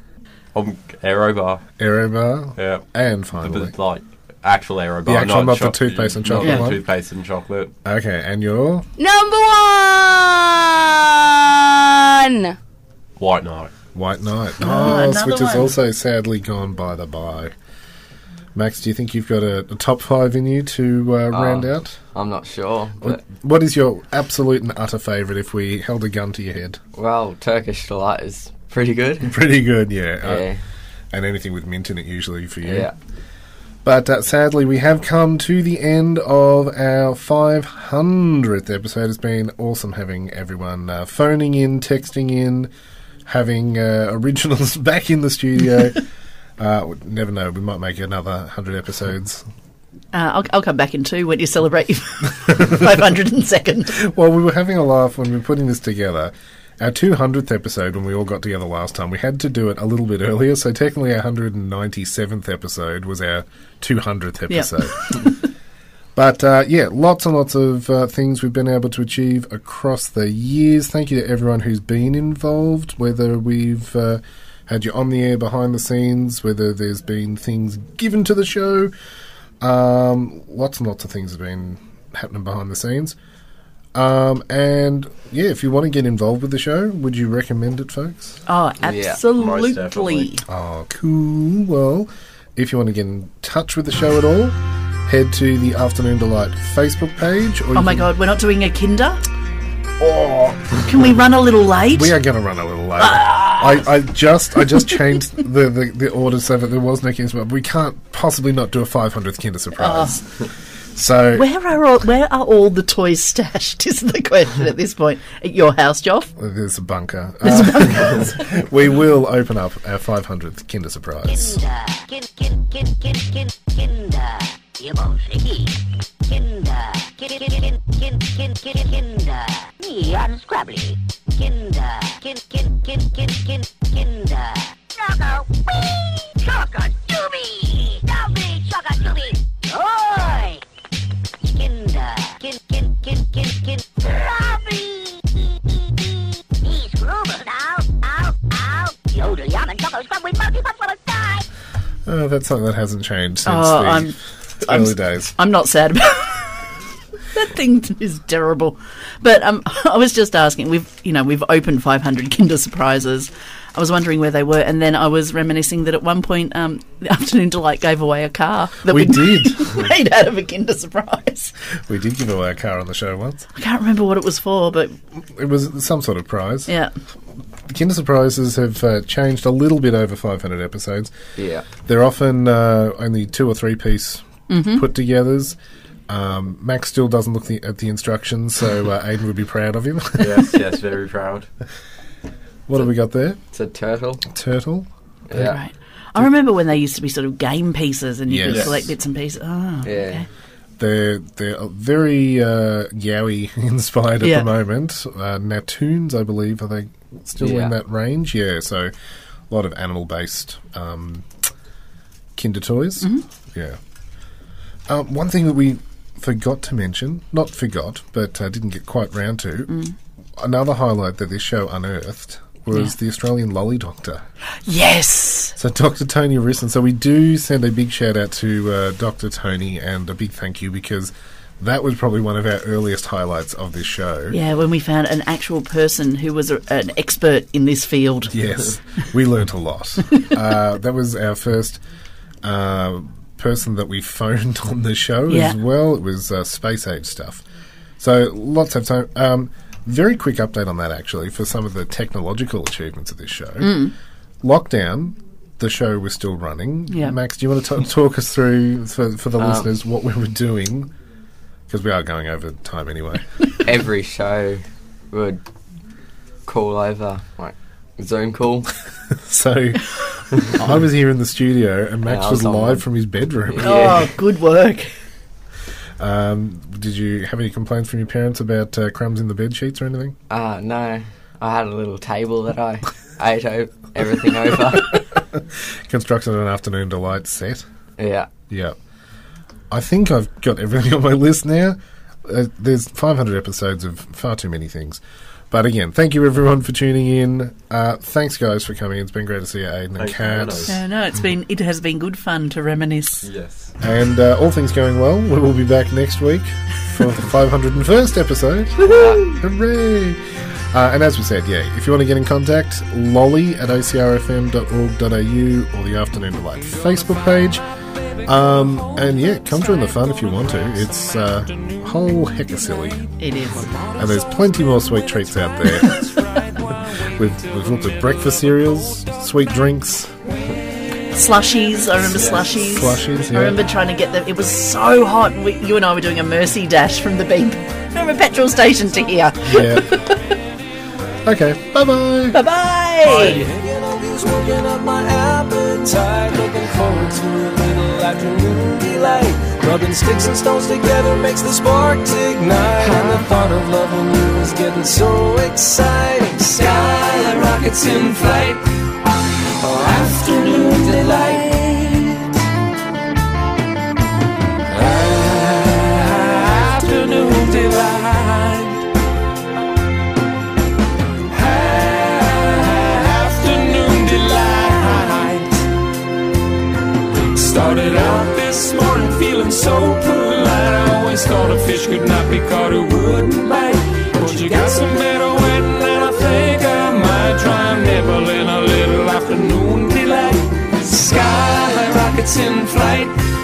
Speaker 5: Um, aero bar.
Speaker 2: Aero bar.
Speaker 5: Yeah.
Speaker 2: And finally.
Speaker 5: But, like actual aero
Speaker 2: The
Speaker 5: bar.
Speaker 2: actual, not the
Speaker 5: choc-
Speaker 2: toothpaste and
Speaker 5: not the
Speaker 2: chocolate one.
Speaker 5: Toothpaste and chocolate.
Speaker 2: Okay, and your
Speaker 17: number one.
Speaker 5: white knight.
Speaker 2: White knight.
Speaker 5: Oh,
Speaker 2: Nice,
Speaker 5: another
Speaker 2: which is
Speaker 5: one.
Speaker 2: also sadly gone by the by. Max, do you think you've got a, a top five in you to uh, round
Speaker 3: Uh,
Speaker 2: out?
Speaker 3: I'm not sure. But,
Speaker 2: What- what is your absolute and utter favourite if we held a gun to your head?
Speaker 3: well, Turkish delight is pretty good.
Speaker 4: [laughs]
Speaker 2: Pretty good, yeah.
Speaker 4: Oh,
Speaker 2: Uh,
Speaker 3: Yeah.
Speaker 2: and anything with mint in it usually for you.
Speaker 3: Yeah.
Speaker 2: But uh, sadly, we have come to the end of our 500th episode. It's been awesome having everyone uh, phoning in, texting in, having uh, [laughs] originals back in the studio. uh, we never know, we might make another 100 episodes.
Speaker 4: Uh, I'll, I'll come back in two when you
Speaker 2: [laughs]
Speaker 4: celebrate [laughs] your 502nd.
Speaker 2: well, we were having a laugh when we were putting this together. Our 200th episode, when we all got together last time, we had to do it a little bit earlier. So technically, our 197th episode was our 200th
Speaker 4: Yeah.
Speaker 2: episode. [laughs] But uh, yeah, lots and lots of uh, things we've been able to achieve across the years. Thank you to everyone who's been involved, whether we've uh, had you on the air behind the scenes, whether there's been things given to the show. Um, lots and lots of things have been happening behind the scenes. Um, and yeah, if you want to get involved with the show, would you recommend it, folks?
Speaker 4: Oh,
Speaker 2: Yeah,
Speaker 5: most
Speaker 4: absolutely.
Speaker 5: definitely.
Speaker 2: Oh, cool. Well, if you want to get in touch with the show at all, head to the Afternoon Delight Facebook page. Or
Speaker 4: oh
Speaker 2: you
Speaker 4: my
Speaker 2: can-
Speaker 4: god, we're not doing a Kinder?
Speaker 2: Oh.
Speaker 4: Can we run a little late?
Speaker 2: We are going to run a little late.
Speaker 4: Ah.
Speaker 2: I, I just I just changed the, the, the order so that there was no Kinder Surprise. We can't possibly not do a 500th Kinder Surprise. So
Speaker 4: Ah. Where are all, where are all the toys stashed? Is the question at this point at your house, Joff?
Speaker 2: there's a bunker. Uh, [laughs] we will open up our 500th Kinder Surprise.
Speaker 18: Kinder, kin, kin, kin, kin, kin, Kinder, ihr Bolschewiki. Kinder, kin, kin, kin, kin, kin, kin, Kinder, me unscrabbly. Kinder, kin, kin, kin, kin, kin, Kinder. Choco, wee, choco, doobie, doobie, choco, doobie, oi. Kinder, kin, kin, kin, kin, kin, Scrabbly. He's groomed now, ow, ow, yodel, yum, and choco, scrub with monkey, punch, will die.
Speaker 2: Uh, Oh, that's something that hasn't changed since
Speaker 4: Oh,
Speaker 2: the
Speaker 4: I'm-
Speaker 2: early days.
Speaker 4: I'm not sad about [laughs] that thing is terrible. But um, [laughs] I was just asking. We've you know we've opened 500 Kinder surprises. I was wondering where they were, and then I was reminiscing that at one point um, the [laughs] afternoon delight gave away a car that [laughs]
Speaker 2: We
Speaker 4: we'd
Speaker 2: did.
Speaker 4: made out of a Kinder surprise.
Speaker 2: We did give away a car on the show once.
Speaker 4: I can't remember what it was for, but
Speaker 2: It was some sort of prize.
Speaker 4: yeah,
Speaker 2: The Kinder Surprises have uh, changed a little bit over 500 episodes.
Speaker 3: Yeah.
Speaker 2: They're often uh, only two or three piece
Speaker 4: Mm-hmm.
Speaker 3: Mhm.
Speaker 2: put togethers. Um, Max still doesn't look the, at the instructions, so uh, Aiden would be proud of him.
Speaker 3: yes, yes, very proud.
Speaker 2: [laughs] what have we got there?
Speaker 3: It's a turtle.
Speaker 2: Turtle.
Speaker 3: Yeah.
Speaker 4: Right. I remember when they used to be sort of game pieces, and you could
Speaker 2: Yes.
Speaker 4: select bits and pieces. Oh, okay.
Speaker 2: They're they're very uh, Yowie [laughs] inspired at
Speaker 4: Yeah.
Speaker 2: the moment. Uh, Natoons, I believe, are they still
Speaker 3: Yeah.
Speaker 2: in that range? Yeah, so a lot of animal based um, Kinder toys.
Speaker 4: Mm-hmm.
Speaker 2: Yeah. Um, one thing that we forgot to mention, not forgot, but uh, didn't get quite round to,
Speaker 4: Mm.
Speaker 2: another highlight that this show unearthed was
Speaker 4: Yeah.
Speaker 2: the Australian Lolly Doctor.
Speaker 4: Yes.
Speaker 2: So Dr. Tony Risson. So we do send a big shout out to uh, Dr. Tony and a big thank you because that was probably one of our earliest highlights of this show.
Speaker 4: Yeah, when we found an actual person who was a, an expert in this field.
Speaker 2: Yes, we learnt a lot. uh, that was our first uh, person that we phoned on the show
Speaker 4: Yeah.
Speaker 2: as well. It was uh, space age stuff. So lots of time. Um, very quick update on that actually for some of the technological achievements of this show.
Speaker 4: Mm.
Speaker 2: Lockdown. The show was still running.
Speaker 4: Yeah.
Speaker 2: Max, do you want to t- talk us through for, for the
Speaker 3: Um,
Speaker 2: listeners what we were doing? Because we are going over time anyway. [laughs]
Speaker 3: Every show would call over, like
Speaker 4: [laughs]
Speaker 3: Zoom call.
Speaker 2: so I was here in the studio, and Max
Speaker 3: I
Speaker 2: was,
Speaker 3: was on
Speaker 2: live
Speaker 3: one.
Speaker 2: from his bedroom.
Speaker 3: Yeah.
Speaker 4: Oh, good work.
Speaker 2: Um, did you have any complaints from your parents about uh, crumbs in the bed sheets or anything?
Speaker 3: Ah, no. I had a little table that I ate o- everything
Speaker 4: [laughs]
Speaker 3: over.
Speaker 2: Constructed an afternoon delight set.
Speaker 3: Yeah.
Speaker 2: Yeah. I think I've got everything [laughs] on my list now. Uh, there's 500 episodes of far too many things. But again, thank you everyone for tuning in. Uh, thanks, guys, for coming. It's been great to see you, Aiden and
Speaker 3: Thanks,
Speaker 4: No,
Speaker 2: Kat.
Speaker 4: no, it's been it has been good fun to reminisce.
Speaker 3: Yes.
Speaker 2: And uh, all things going well, we will be back next week for the 501st episode. Hooray! Uh, and as we said, yeah, if you want to get in contact, lolly at acrfm.org.au or the Afternoon Delight Facebook page. Um, and yeah, come join the fun if you want to. It's uh, whole heck of silly.
Speaker 4: It is.
Speaker 2: And there's plenty more sweet treats out there. we've, we've looked at breakfast cereals, sweet drinks.
Speaker 4: Slushies. I remember slushies.
Speaker 2: Slushies, yeah.
Speaker 4: I remember trying to get them. It was so hot. We, you and I were doing a mercy dash from the beep [laughs] from a petrol station to here.
Speaker 2: Yeah. okay. Bye bye.
Speaker 4: Bye bye.
Speaker 1: Thinking of you's woken up my appetite. Looking forward to a little afternoon delight. Rubbing sticks and stones together makes the sparks ignite. And the thought of loving you is getting so exciting. Skyrockets in flight. Oh, afternoon delight. Ah, Afternoon delight. afternoon delight. Started out this morning feeling so polite. I always thought a fish could not be caught, it wouldn't bite. But you got some better wetting, and I think I might try and nibble in a little afternoon delight. Skyrockets in flight.